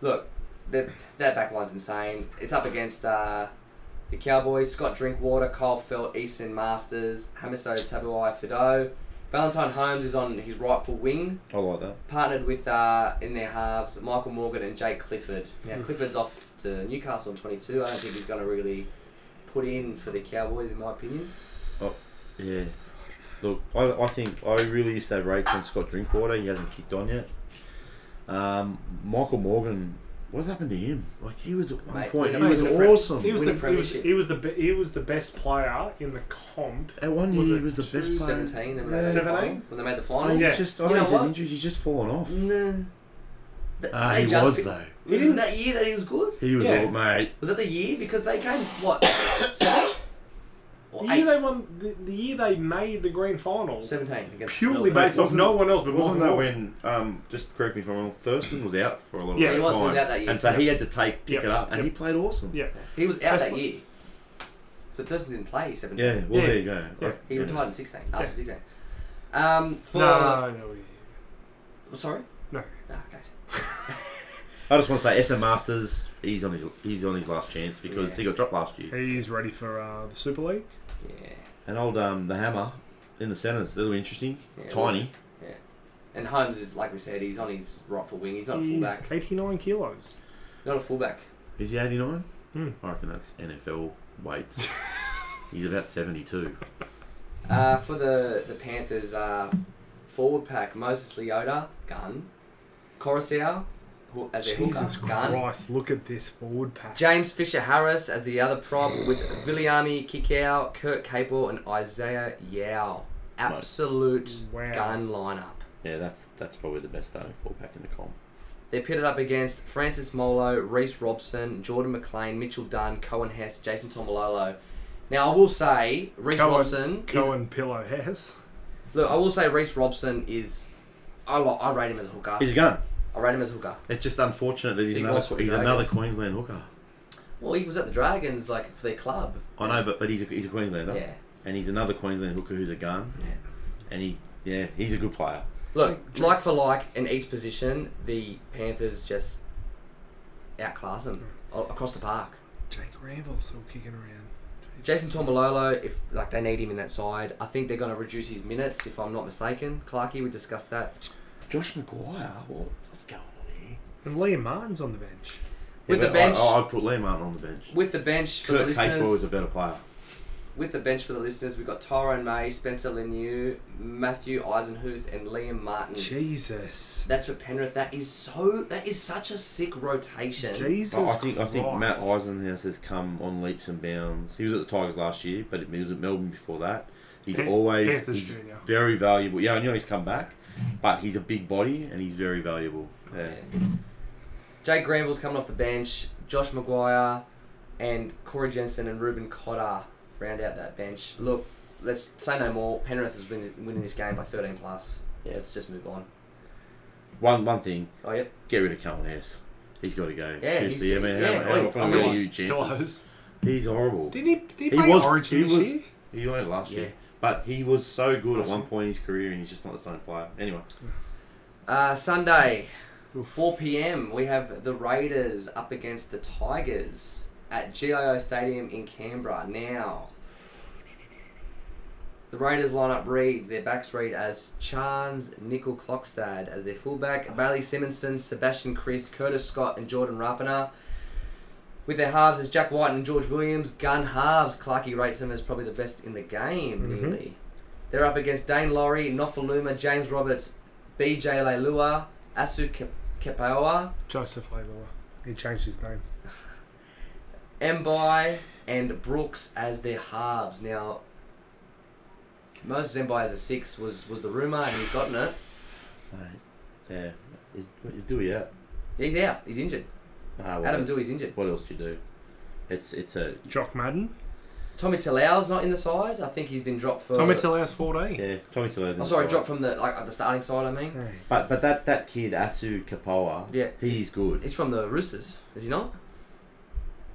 S1: Look, that that back line's insane. It's up against uh, the Cowboys. Scott Drinkwater, Kyle Fell, Easton Masters, Hamiso Tabuai Fido. Valentine Holmes is on his rightful wing,
S2: I like that.
S1: partnered with uh, in their halves Michael Morgan and Jake Clifford. Now Clifford's off to Newcastle in 22. I don't think he's going to really put in for the Cowboys, in my opinion.
S2: Yeah. Look, I, I think I really used to have rates on Scott Drinkwater. He hasn't kicked on yet. Um, Michael Morgan, what happened to him? Like he was at one
S1: Mate,
S2: point,
S1: we
S2: he
S1: don't
S2: was
S1: even prep-
S2: awesome.
S3: He was,
S1: Win
S3: the,
S1: a
S3: he, was,
S1: premiership.
S3: he, was the be, he was the best player in the comp.
S2: at one year,
S3: was
S2: he
S3: it
S2: was the best player.
S1: 17 then
S2: Yeah.
S3: 17?
S1: when they made the
S2: Oh,
S1: final.
S2: he's
S3: Yeah.
S2: just,
S1: You
S2: I
S1: know
S2: know he's had
S1: what?
S2: injuries. He's just fallen off.
S1: No. Th-
S2: Ah,
S1: they
S2: he
S1: just-
S2: was though.
S1: Isn't that year that he was good?
S2: He was
S3: Yeah.
S2: all mate.
S1: Was that the year? Because they came, what, seventh?
S3: The
S1: Or
S3: year
S1: eighth?
S3: they won, the, the year they made the grand final,
S1: 17 against
S3: purely
S1: Melbourne.
S3: based off
S2: wasn't-
S3: no one else but
S2: Wasn't
S3: Michael
S2: that
S3: Morgan.
S2: when? Um, just correct me if I'm wrong. Thurston was out for a lot of
S3: Yeah,
S2: that
S3: he
S1: was. He
S2: time,
S1: was out that year.
S2: and so he had to take pick
S3: Yep.
S2: it up, and
S3: Yep.
S2: he played awesome.
S3: Yeah,
S1: He was out
S3: That's
S1: that
S3: what-
S1: year. So Thurston didn't play 17.
S2: Yeah, well,
S3: Yeah.
S2: there you go.
S3: Yeah.
S2: Like,
S1: He
S2: yeah.
S1: retired in 16, after
S3: Yeah.
S1: 16. Um, for,
S3: no, no, we-
S1: sorry?
S3: no.
S1: No, okay.
S2: I just want to say, SM Masters, he's on his he's on his last chance because
S1: Yeah.
S2: he got dropped last year.
S3: He's ready for uh, the Super League.
S1: Yeah.
S2: And old um, the hammer in the centres, that'll be interesting.
S1: Yeah,
S2: Tiny.
S1: And Holmes is, like we said, he's on his rightful wing. He's not a
S3: He's
S1: fullback.
S3: 89 kilos.
S1: Not a fullback.
S2: Is he eighty nine?
S3: Hmm.
S2: I reckon that's NFL weights. He's about 72.
S1: Uh, for the the Panthers, uh, forward pack Moses Leota, gun, Coruscant who, as their
S3: Jesus
S1: hooker, gun,
S3: Christ, look at this forward pack.
S1: James Fisher Harris as the other prop with Viliami Kikau, Kurt Capel, and Isaiah Yao. Absolute
S3: Wow.
S1: gun lineup.
S2: Yeah, that's that's probably the best starting four pack in the comp.
S1: They're pitted up against Francis Molo, Reese Robson, Jordan McLean, Mitchell Dunn, Cohen Hess, Jason Tomololo. Now I will say Reese
S3: Cohen-
S1: Robson. Is,
S3: Cohen Pillow has.
S1: look, I will say Reese Robson is. I, lo- I rate him as a hooker.
S2: He's gone.
S1: I rate him as a hooker.
S2: It's just unfortunate that he's
S1: He
S2: another
S1: lost with
S2: he's
S1: the
S2: another
S1: Dragons.
S2: Queensland hooker.
S1: Well, he was at the Dragons like for their club.
S2: I know, but, but he's a, he's a Queenslander,
S1: Yeah.
S2: and he's another Queensland hooker who's a gun,
S1: Yeah.
S2: and he's yeah he's a good player.
S1: Look, like for like in each position, the Panthers just outclass them a- across the park.
S3: Jake Randall's still kicking around.
S1: Jason Tombololo, if like they need him in that side, I think they're going to reduce his minutes. If I'm not mistaken, Clarkey, we discussed that.
S2: Josh McGuire, what, what's going on here?
S3: And Liam Martin's on the bench.
S1: With
S2: Yeah,
S1: the
S2: but I-
S1: bench-
S2: I, I'd put Lee Martin on the bench.
S1: With the bench for the
S2: Kurt Capewell is
S1: listeners,
S2: a better player.
S1: with the bench for the listeners, we've got Tyrone May, Spencer Lemieux, Matthew Eisenhuth, and Liam Martin.
S3: Jesus.
S1: That's for Penrith. That is so. That is such a sick rotation.
S3: Jesus.
S2: I I think I think Matt
S3: Christ.
S2: Eisenhouse has come on leaps and bounds. He was at the Tigers last year, but he was at Melbourne before that. He's
S3: Pan-
S2: always
S3: Panthers
S2: he's
S3: junior.
S2: very valuable. Yeah, I know he's come back, but he's a big body and he's very valuable. Yeah.
S1: Jake Granville's coming off the bench. Josh Maguire and Corey Jensen and Ruben Cotter round out that bench. Look, let's say no more. Penrith has been winning this game by 13 plus.
S2: Yeah.
S1: Let's just move on.
S2: One one thing,
S1: Oh, yep.
S2: get rid of Cohen Hess. He's got to go.
S1: Yeah,
S2: Seriously,
S1: he's-
S2: I mean,
S1: yeah,
S2: how, how
S1: I-
S2: often
S1: I
S2: are
S1: mean-
S2: you chances?
S3: Pillows.
S2: He's horrible.
S3: Didn't he, did he,
S2: He
S3: play
S2: was-
S3: Origin
S2: he
S3: this
S2: was-
S3: year?
S2: He went last
S1: Yeah.
S2: year, but he was so good at
S3: Wasn't
S2: one
S3: he?
S2: point in his career, and he's just not the same player. Anyway,
S1: Uh, Sunday,
S3: Oof.
S1: 4 p.m., we have the Raiders up against the Tigers at GIO Stadium in Canberra. Now, the Raiders lineup reads their backs read as Chance Nickel Clockstad as their fullback, Bailey Simonson, Sebastian Chris, Curtis Scott, and Jordan Rapana. With their halves as Jack White and George Williams, gun halves, Clarkey rates them as probably the best in the game,
S3: Mhm.
S1: nearly. They're up against Dane Laurie, Nofaluma, James Roberts, BJ Leilua, Asu Ke- Kepaoa,
S3: Joseph Lailua. He changed his name.
S1: Mbai, and Brooks as their halves. Now, Moses Mbai as a six was, was the rumour, and he's gotten it.
S2: Mate, yeah, is, is Dewey out?
S1: He's out. He's injured.
S2: Ah, well,
S1: Adam Dewey's injured.
S2: What else do you do? It's it's a
S3: Jock Madden.
S1: Tommy Talau's not in the side. I think he's been dropped for.
S3: Tommy Tillow's 14.
S2: Uh, yeah. Tommy Taylor's.
S1: Oh, sorry, dropped from the like uh, the starting side. I mean,
S3: Hey.
S2: But but that that kid Asu Kapoa,
S1: Yeah.
S2: he's good.
S1: he's from the Roosters, is he not?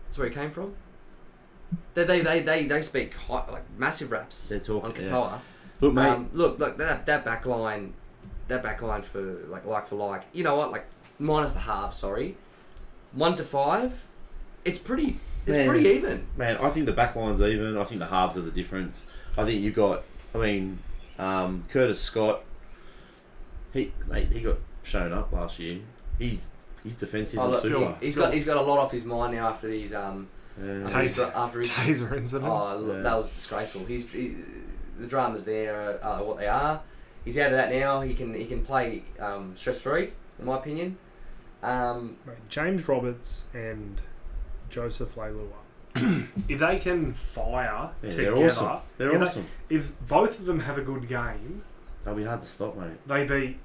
S1: That's where he came from. They they they they, they speak high, like massive raps
S2: They're talking,
S1: on
S2: yeah.
S1: Kapoa.
S2: Look, mate,
S1: Um, look, look that that back line, that back line for like like for like. You know what? Like minus the half. Sorry, one to five. It's pretty. It's
S2: Man.
S1: pretty even.
S2: man, I think the back line's even. I think the halves are the difference. I think you got, I mean, um, Curtis Scott. He mate, he got shown up last year. He's his defense is
S1: Oh,
S2: a
S1: look,
S2: super.
S1: he, has got he's got a lot off his mind now after these um
S2: Yeah.
S1: after his,
S3: Taser.
S1: after his
S3: Taser incident.
S1: Oh, look,
S2: Mm-hmm. Yeah.
S1: that was disgraceful. He's he, the dramas there are what they are. He's out of that now. He can he can play um, stress free, in my opinion. Um,
S3: Mate, James Roberts and Joseph Leilua. if they can fire
S2: Yeah,
S3: together,
S2: they're awesome. They're
S3: if they-
S2: awesome.
S3: if both of them have a good game,
S2: They'll be hard to stop, mate.
S3: they beat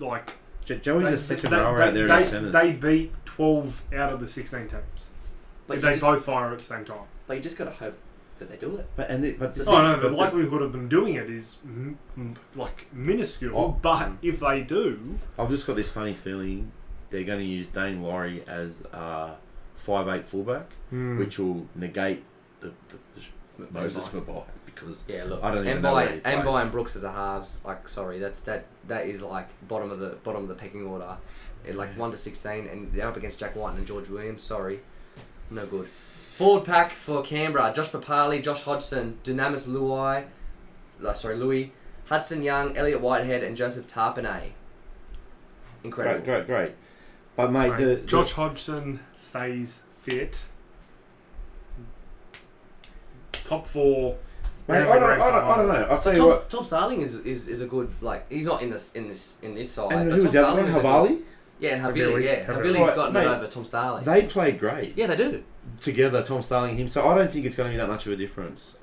S3: like
S2: Jo- Joey's
S3: they,
S2: a second
S3: they-
S2: rower
S3: they-
S2: out there in
S3: they,
S2: the centres.
S3: they beat twelve out of the sixteen teams.
S1: but
S3: if
S1: you
S3: they
S1: just,
S3: both fire at the same time.
S1: But you just gotta hope that they do it.
S2: but and the, but this,
S3: Oh no, the
S2: but
S3: likelihood of them doing it is m- m- like minuscule.
S2: Oh.
S3: but if they do,
S2: I've just got this funny feeling they're going to use Dane Laurie as a five eight fullback, which will negate the, the, the Moses Mabye because
S1: Yeah, look.
S2: I don't even
S1: and
S2: know
S1: by
S2: where he
S1: and
S2: plays.
S1: by and Brooks as a halves, like sorry, that's that that is like bottom of the bottom of the pecking order, Eh, like one to sixteen, and they're up against Jack White and George Williams. Sorry, no good. Forward pack for Canberra: Josh Papali, Josh Hodgson, Dynamis Louis, like, sorry Louis, Hudson Young, Elliot Whitehead, and Joseph Tarpanay. Incredible.
S2: great, great, great. But mate, the
S3: Josh Hodgson stays fit. Top four.
S2: Mate, I don't, I, don't, I don't know. I'll tell you
S1: Tom,
S2: what.
S1: Tom Starling is, is, is a good like he's not in this in this in this side.
S2: And
S1: but
S2: who
S1: Tom
S2: was the other
S1: Starling
S2: one?
S1: is a good-
S2: Havali?
S1: Yeah, and
S3: Havili,
S1: Havili. Yeah,
S3: Havili.
S1: Havili's
S2: Right,
S1: gotten
S2: mate.
S1: it over Tom Starling.
S2: They played great
S1: yeah, they do.
S2: together, Tom Starling and him. So I don't think it's going to be that much of a difference.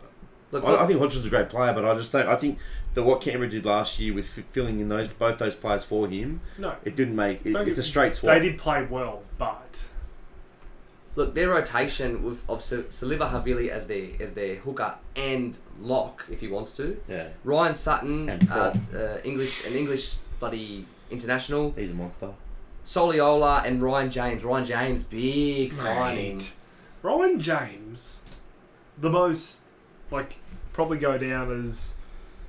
S1: Look,
S2: I, I think Hodgson's a great player, but I just don't. I think that what Canberra did last year with f- filling in those both those players for him,
S3: No,
S2: it didn't make. It,
S3: Don't
S2: it's a
S3: get-
S2: straight
S3: they
S2: swap.
S3: did play well, but
S1: look, their rotation with of Sa- Saliva Havili as their as their hooker and lock if he wants to.
S2: Yeah,
S1: Ryan Sutton,
S2: And
S1: uh,
S2: prop.
S1: uh, English an English bloody international.
S2: he's a monster.
S1: Soliola and Ryan James. Ryan James, big signing.
S3: Mate. Ryan James, the most like probably go down as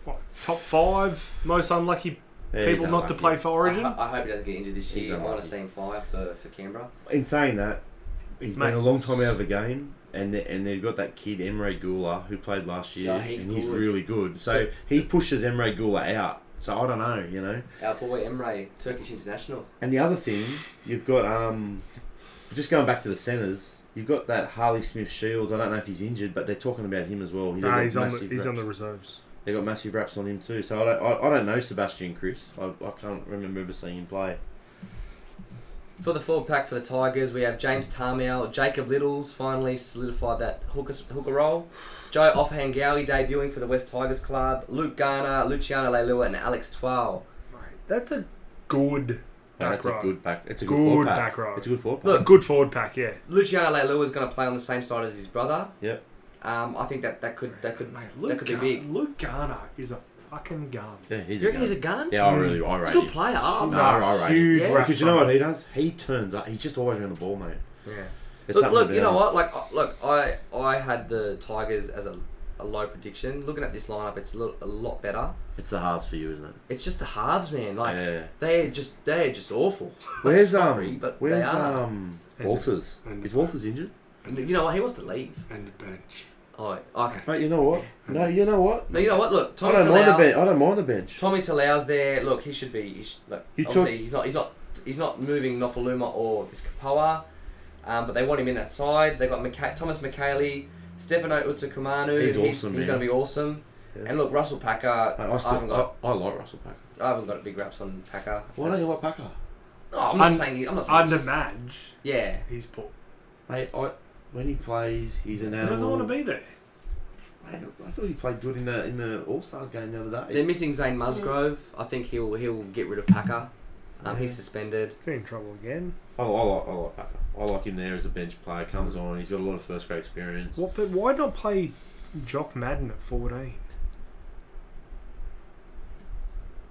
S3: what, top five most unlucky
S2: Yeah, he's
S3: people not to
S2: unlucky. Uh-huh.
S3: play for
S1: I,
S3: Origin.
S1: ho- I hope he doesn't get injured this
S2: He's
S1: year. I want
S2: unlucky.
S1: to see him fire for, for Canberra.
S2: In saying that, he's
S3: Mate.
S2: been a long time out of the game, and they, and they've got that kid Emre Gula who played last year,
S1: Yeah, he's
S2: and he's
S1: good.
S2: really good. So
S1: So-
S2: he pushes Emre Gula out. So I don't know, you know.
S1: Our boy Emre, Turkish international.
S2: And the other thing, you've got um, just going back to the centres. You've got that Harley Smith Shields. I don't know if he's injured, but they're talking about him as well. He's
S3: nah,
S2: got
S3: he's on the
S2: massive
S3: he's on
S2: reps.
S3: the reserves.
S2: They got massive raps on him too. So I don't, I, I don't know Sebastian Chris. I, I can't remember ever seeing him play.
S1: For the forward pack for the Tigers, we have James Tarmel, Jacob Littles finally solidified that hooker, hooker role. Joe Offhangowie debuting for the West Tigers club. Luke Garner, Luciano Leilua, and Alex Twal.
S3: Mate, that's a good
S2: No,
S3: back
S2: that's
S3: row.
S2: a good back. It's a good,
S3: Good
S2: forward pack.
S3: back row.
S2: It's a good forward pack.
S1: Look,
S3: good forward pack, yeah.
S1: Luciano Leilua is going to play on the same side as his brother.
S2: Yep.
S1: Um, I think that, that could that could
S3: Mate,
S1: that
S3: Luke,
S1: could be
S3: Gar-
S1: big.
S3: Luke Garner is a fucking gun.
S2: Yeah, he's
S1: Do you
S2: a
S1: reckon he's a
S2: gun.
S1: gun?
S2: Yeah, I really, I rate
S1: He's a good
S2: him.
S1: player. Oh,
S2: No, I rate him.
S3: Huge
S1: Yeah.
S3: rap
S2: Because you know
S3: song.
S2: what he does? He turns up. He's just always around the ball, mate.
S1: Yeah.
S2: There's
S1: Look,
S2: something
S1: look you
S2: about
S1: know
S2: him.
S1: what? Like, uh, look, I I had the Tigers as a, a low prediction. Looking at this lineup, it's a lot, a lot better.
S2: It's the halves for you, isn't it?
S1: It's just the halves, man. Like
S2: Yeah.
S1: they're just they're just awful.
S2: Where's
S1: Sorry,
S2: um?
S1: but
S2: where's
S1: they are.
S2: um?
S3: And-
S2: Walters.
S3: and-
S2: Is Walters injured?
S1: You know what? He wants to leave.
S3: And the bench.
S1: Oh, okay.
S2: Mate, you know what? No, you know what?
S1: No, you know what? Look,
S2: I
S1: Tommy
S2: don't mind the bench.
S1: Talau.
S2: I don't mind the bench.
S1: Tommy Talau's there. Look, he should be. He should, look,
S2: You took-
S1: obviously he's not. He's not. He's not moving Nofaluma or this Kapoa, um, but they want him in that side. They got Mika- Thomas McKayley, Stefano Utakumanu.
S2: He's
S1: he's,
S2: awesome,
S1: He's
S2: man.
S1: going to be awesome.
S2: Yeah.
S1: And look, Russell Packer.
S2: Mate, I,
S1: I haven't
S2: still,
S1: got.
S2: I, I like Russell Packer.
S1: I haven't got big raps on Packer.
S2: Why don't you like Packer?
S1: Oh, I'm not
S3: Un-
S1: saying. He, I'm not saying.
S3: Under
S1: he's-
S3: Madge,
S1: Yeah.
S3: he's poor.
S2: Mate, I, when he plays, he's an
S3: He
S2: animal.
S3: doesn't want to be there.
S2: Mate, I thought he played good in the in the All Stars game the other
S1: They're
S2: day.
S1: missing Zane Musgrove. I think he'll he'll get rid of Packer. Um, He's suspended.
S3: He's in trouble again.
S2: I, Oh, I like I like Packer. I like him there as a bench player. Comes on, he's got a lot of first grade experience.
S3: What, but why not play Jock Madden at 14?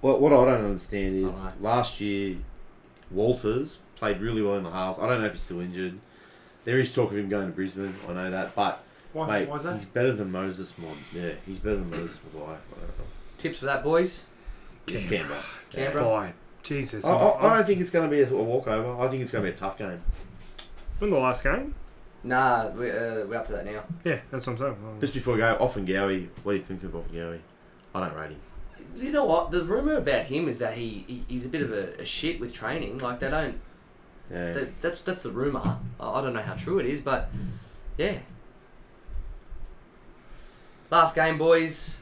S2: What, what I don't understand is
S1: Alright.
S2: last year Walters played really well in the halves. I don't know if he's still injured. There is talk of him going to Brisbane. I know that, but
S3: Why,
S2: mate,
S3: why is that?
S2: he's better than Moses Mod. Yeah, he's better than Moses Mod.
S1: Tips for that, boys.
S2: It's Canberra. Yeah.
S1: Canberra.
S3: Why? Jesus.
S2: I, I, I
S3: I-
S2: don't think it's going to be a, a walkover. I think it's going to be a tough game.
S3: Won the last game?
S1: Nah, we, uh, we're up to that now.
S3: Yeah, that's what I'm saying. Well,
S2: Just before we go, Offengowie, what do you think of Offengowie? I don't rate him.
S1: You know what? The rumor about him is that he, he he's a bit of a, a shit with training. Like they don't.
S2: Yeah.
S1: That, that's that's the rumor. I I don't know how true it is, but yeah. Last game, boys.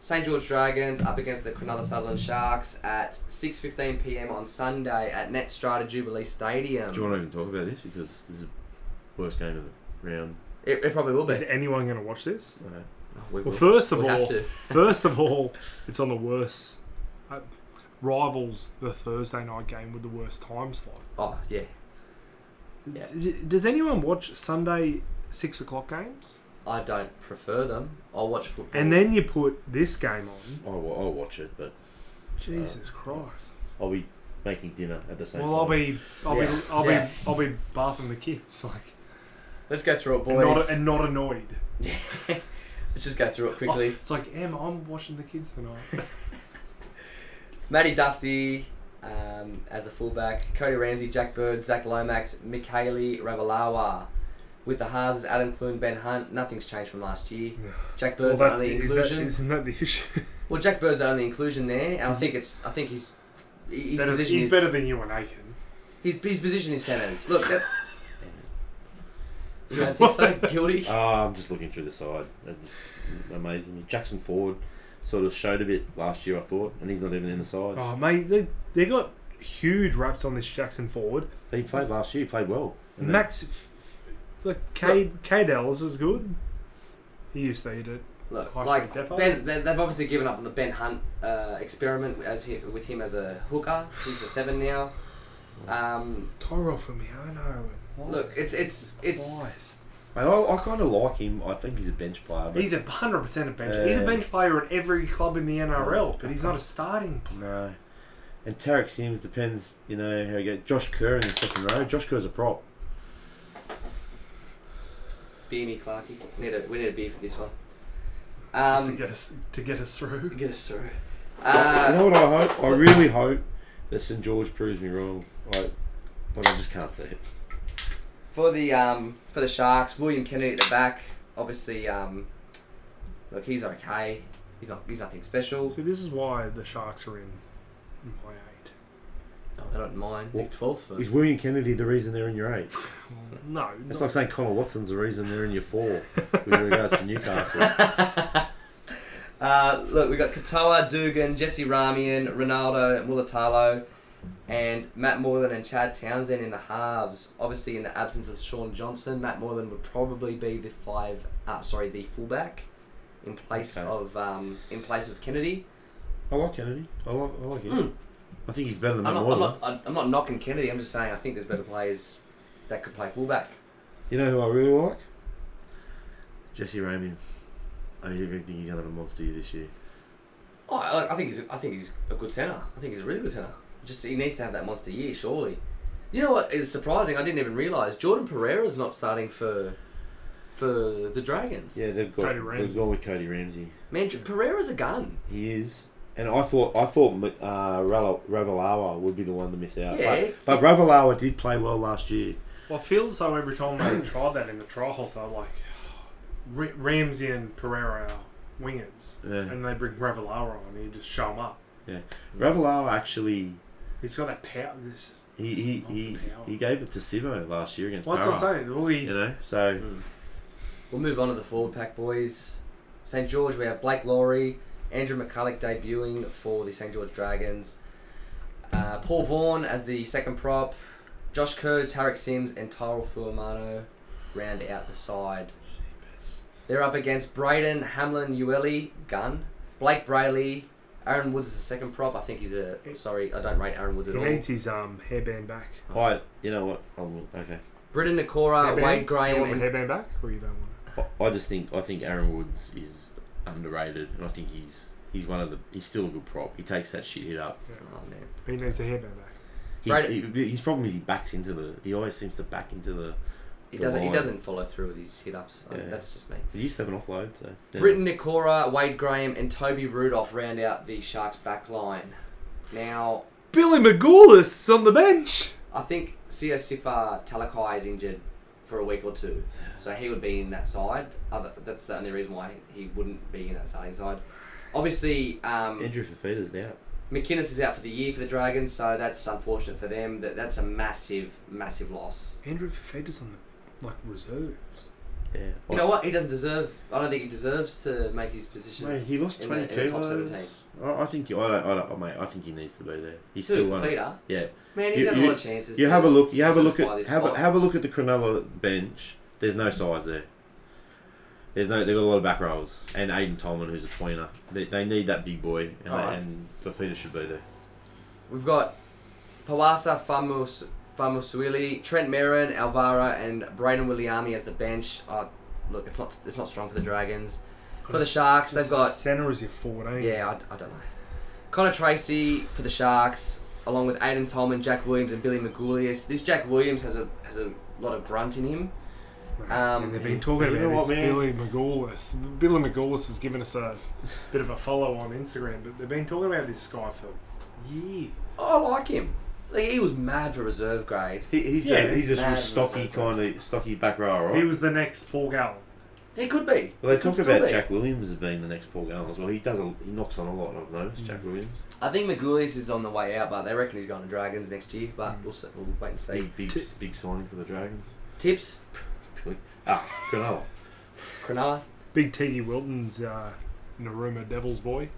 S1: St George Dragons up against the Cronulla Sutherland Sharks at 6:15 p.m. on Sunday at Net Strata Jubilee Stadium.
S2: Do you want to even talk about this? Because this is the worst game of the round.
S1: It, it probably will be.
S3: is anyone going to watch this?
S2: Uh,
S1: Oh, we
S3: Well,
S1: will.
S3: first of
S1: We
S3: all,
S1: have to.
S3: first of all, it's on the worst. Uh, rivals the Thursday night game with the worst time slot.
S1: Oh yeah, Yeah.
S3: D- Does anyone watch Sunday six o'clock games?
S1: I don't prefer them. I'll watch football.
S3: And then you put this game on.
S2: I'll, wa- I'll watch it, but
S3: Jesus Christ!
S2: I'll be making dinner at the same
S3: Well,
S2: time.
S3: I'll be, I'll
S1: Yeah.
S3: be, I'll
S1: Yeah.
S3: be, I'll be bathing the kids like,
S1: let's go through it,
S3: and
S1: boys.
S3: not, and not annoyed.
S1: Let's just go through it quickly.
S3: It's like, Em, I'm watching the kids tonight. Oh.
S1: Matty Dufty um, as the fullback, Cody Ramsey, Jack Bird, Zach Lomax, Mikhaili Ravalawa. With the halves, Adam Clune, Ben Hunt. Nothing's changed from last year.
S3: Yeah.
S1: Jack
S3: well,
S1: Bird's
S3: that's
S1: only
S3: is
S1: inclusion.
S3: that, isn't that the issue?
S1: Well, Jack Bird's only inclusion there, and I think it's. I think he's. His
S3: Better-
S1: position
S3: he's
S1: is
S3: better than you and Aiken.
S1: His, his position is centres. Look, that, You don't think so? Guilty?
S2: Ah, I'm just looking through the side. That just amazes me. Jackson Ford sort of showed a bit last year, I thought, and he's not even in the side.
S3: Oh, mate, they, they got huge raps on this Jackson forward.
S2: He played last year. He played well.
S1: Mm.
S2: And then-
S3: Max, f- f- like Cade, Cade Ellis is good. He used to eat it.
S1: Look,
S3: High
S1: like
S3: Street Depot?
S1: Ben, they, they've obviously given up on the Ben Hunt uh, experiment as he, with him as a hooker. He's the seven now. Um,
S3: Toro for me, I know.
S1: look, it's it's it's
S3: Christ.
S2: Mate, I, I kind of like him. I think he's a bench player. But
S3: He's a hundred percent a bench. He's a
S1: Uh,
S2: Yeah.
S3: bench player at every club in the NRL, but he's not a starting. player.
S2: no. And Tarek Sims depends, you know, how you go. Josh Kerr in the second row. Josh Kerr's a prop.
S1: Beanie Clarkey. We need a we need a beer for this one.
S3: Just to
S1: Um,
S3: get us to get us through.
S1: get us through.
S2: you know
S1: Uh,
S2: what I hope? I really hope that St George proves me wrong. Like, but I just can't see it.
S1: for the um, for the Sharks, William Kennedy at the back. Obviously, um, look, he's okay. He's not he's nothing special.
S3: So this is why the Sharks are in my eight.
S1: Oh, they don't mind.
S2: Well,
S1: twelfth.
S2: Is William Kennedy the reason they're in your eight?
S3: No,
S2: It's
S3: not-
S2: like saying Connor Watson's the reason they're in your four with regards to Newcastle.
S1: Uh, look, we got Katoa, Dugan, Jesse Ramian, Ronaldo, Mulatalo, and Matt Moylan and Chad Townsend in the halves. Obviously, in the absence of Sean Johnson, Matt Moylan would probably be the five. Uh, sorry, the fullback in place
S2: Okay.
S1: of um, in place of Kennedy.
S2: I like Kennedy. I like, I like him.
S3: Hmm.
S1: Mm.
S2: I think he's better than
S1: I'm
S2: Matt
S1: not, I'm,
S2: Moylan.
S1: not, I'm- I'm not knocking Kennedy. I'm just saying I think there's better players that could play fullback.
S2: You know who I really like? Jesse Ramian. I even think he's gonna have a monster year this year.
S1: Oh, I, I think he's I think he's a good centre. I think he's a really good centre. Just he needs to have that monster year, surely. You know what is surprising? I didn't even realise Jordan Pereira's not starting for for the Dragons.
S2: Yeah, they've got
S3: Cody Ramsey.
S2: they've gone with Cody Ramsey.
S1: Man, J- Pereira's a gun.
S2: He is, and I thought I thought uh, Rala- Ravalawa would be the one to miss out.
S1: Yeah.
S2: But, but Ravalawa did play well last year.
S3: Well, it feels so every time they tried that in the trials, they're like R- Ramsey and Pereira are wingers,
S2: Yeah.
S3: and they bring Ravalawa on, and you just show him up.
S2: Ravalawa actually
S3: He's got that power. This
S2: he
S3: this
S2: he,
S3: awesome
S2: he,
S3: power.
S2: he gave it to Sivo last year against
S3: Well, that's what
S2: Barra.
S3: I'm saying. Hmm. Well, he,
S2: You know, so
S1: We'll move on to the forward pack, boys. St George, we have Blake Laurie, Andrew McCulloch debuting for the St George Dragons. Uh, Paul Vaughan as the second prop. Josh Kerr, Tarek Sims, and Tyrell Fuamano round out the side. They're up against Braden Hamlin, Ueli, Gunn, Blake Brayley, Aaron Woods is the second prop. I think he's a sorry. I don't rate Aaron Woods at
S3: he
S1: all.
S3: needs his um, hairband back.
S2: I you know what I'm okay.
S1: Britton Nakora,
S3: Hairband?
S1: Wade
S3: You
S1: Graham,
S3: want the
S1: Uh, and
S3: hairband back, or you don't want it?
S2: I- I just think I think Aaron Woods is underrated, and I think he's he's one of the he's still a good prop. He takes that shit hit up.
S1: oh, man.
S3: He needs a hairband back.
S2: He,
S1: Right.
S2: he- his problem is he backs into the. He always seems to back into the.
S1: he
S2: The
S1: doesn't. He
S2: line.
S1: doesn't follow through with his hit ups.
S2: Yeah.
S1: That's just me.
S2: He used to have an offload. So yeah.
S1: Britton Nikora, Wade Graham, and Toby Rudolph round out the Sharks' back line. Now,
S3: Billy McGoulis on the bench.
S1: I think Sio Sifa Talakai is injured for a week or two, so he would be in that side. Other, that's the only reason why he wouldn't be in that starting side. Obviously, um,
S2: Andrew Fafita's out.
S1: McInnes is out for the year for the Dragons, so that's unfortunate for them. That that's a massive, massive loss.
S3: Andrew Fafita's on the like reserves.
S2: Yeah.
S1: You know what? He doesn't deserve. I don't think he deserves to make his position.
S2: Mate, he lost
S1: In the-
S2: twenty
S1: in the top
S2: kilos.
S1: 17.
S2: I, I think he, I don't. I don't. oh, Mate, I think he needs to be there. He's
S1: Dude,
S2: still one. of-
S1: Fafita.
S2: Yeah.
S1: Man, he's
S2: You-
S1: had a
S2: you-
S1: lot of chances.
S2: You
S1: to
S2: have a look. You have a look
S1: solidify
S2: at
S1: this
S2: have a,
S1: spot.
S2: have a look at the Cronulla bench. There's no size there. There's no. They've got a lot of back rows and Aiden Tolman, who's a tweener. They, they need that big boy, and, they,
S1: Alright.
S2: and Fafita should be there.
S1: We've got Pawasa Famus Famusuili, Trent Merrin, Alvaro, and Braden Williami as the bench. Uh, look, it's not it's not strong for the Dragons. For the Sharks, they've got
S3: center as your forward. eh? Ain't
S1: yeah, I, I don't know. Connor Tracy for the Sharks, along with Aiden Tolman, Jack Williams, and Billy Magoulias. This Jack Williams has a has a lot of grunt in him. Um,
S3: and they've been talking
S2: You know
S3: about this
S2: what, man?
S3: Billy McGoulis. Billy McGoulis has given us a bit of a follow on Instagram, but they've been talking about this guy for years.
S1: Oh, I like him. Like, he was mad for reserve grade.
S2: He, he's
S3: Yeah,
S2: a, he's a
S1: mad
S2: real
S1: with
S2: stocky
S1: that guy.
S2: kind of stocky back row, right?
S3: He was the next Paul Gallen.
S1: He could be.
S2: well, they
S1: He could
S2: talk
S1: still
S2: about
S1: be.
S2: Jack Williams as being the next Paul Gallen as well. He does a, he knocks on a lot. I've noticed
S1: Mm.
S2: Jack Williams.
S1: I think Magoulias is on the way out, but they reckon he's going to Dragons
S2: Mm.
S1: next year. But we'll, see, we'll wait and see.
S2: Big big, big signing for the Dragons.
S1: Tips?
S2: Billy, Ah, granola.
S1: Cronulla.
S3: Big T. Wilton's uh, Naruma Devil's boy.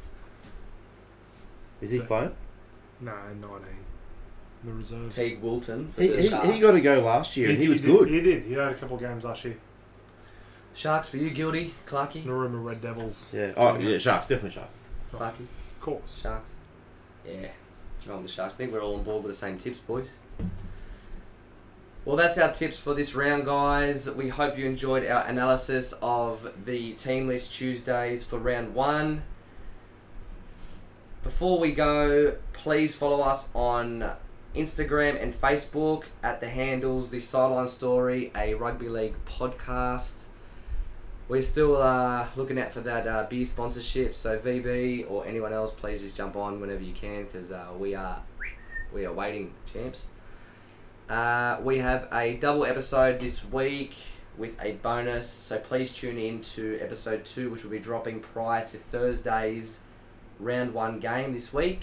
S2: Is he
S3: But-
S2: playing?
S3: No, nineteen. The reserves.
S1: Teague Wilton. For
S2: He,
S1: the
S2: he, he
S1: Sharks.
S2: got a go last year and he was
S3: did-
S2: good.
S3: He did. He had a couple of games last year.
S1: Sharks for you, Guilty. Clarky.
S3: Naruma Red Devils.
S2: Yeah. Oh, yeah, Shark, definitely Shark.
S1: Clarky.
S3: Of course.
S1: Sharks. Yeah. Going with the Sharks. I think we're all on board with the same tips, boys. Well, that's our tips for this round, guys. We hope you enjoyed our analysis of the team list Tuesdays for round one. Before we go, please follow us on Instagram and Facebook at the handles The Sideline Story, a rugby league podcast. We're still uh, looking out for that uh, beer sponsorship, so VB or anyone else, please just jump on whenever you can because uh, we are we are waiting, champs. Uh, we have a double episode this week with a bonus, so please tune in to episode two, which will be dropping prior to Thursday's round one game this week,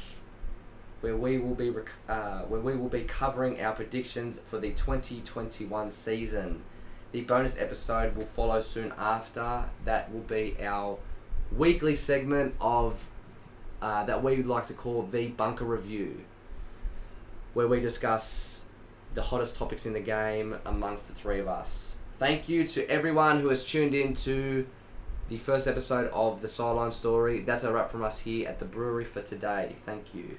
S1: where we will be rec- uh, where we will be covering our predictions for the twenty twenty one season. The bonus episode will follow soon after. That will be our weekly segment of uh, that we would like to call the bunker review, where we discuss the hottest topics in the game amongst the three of us. Thank you to everyone who has tuned in to the first episode of the Sideline Story. That's a wrap from us here at the brewery for today. Thank you.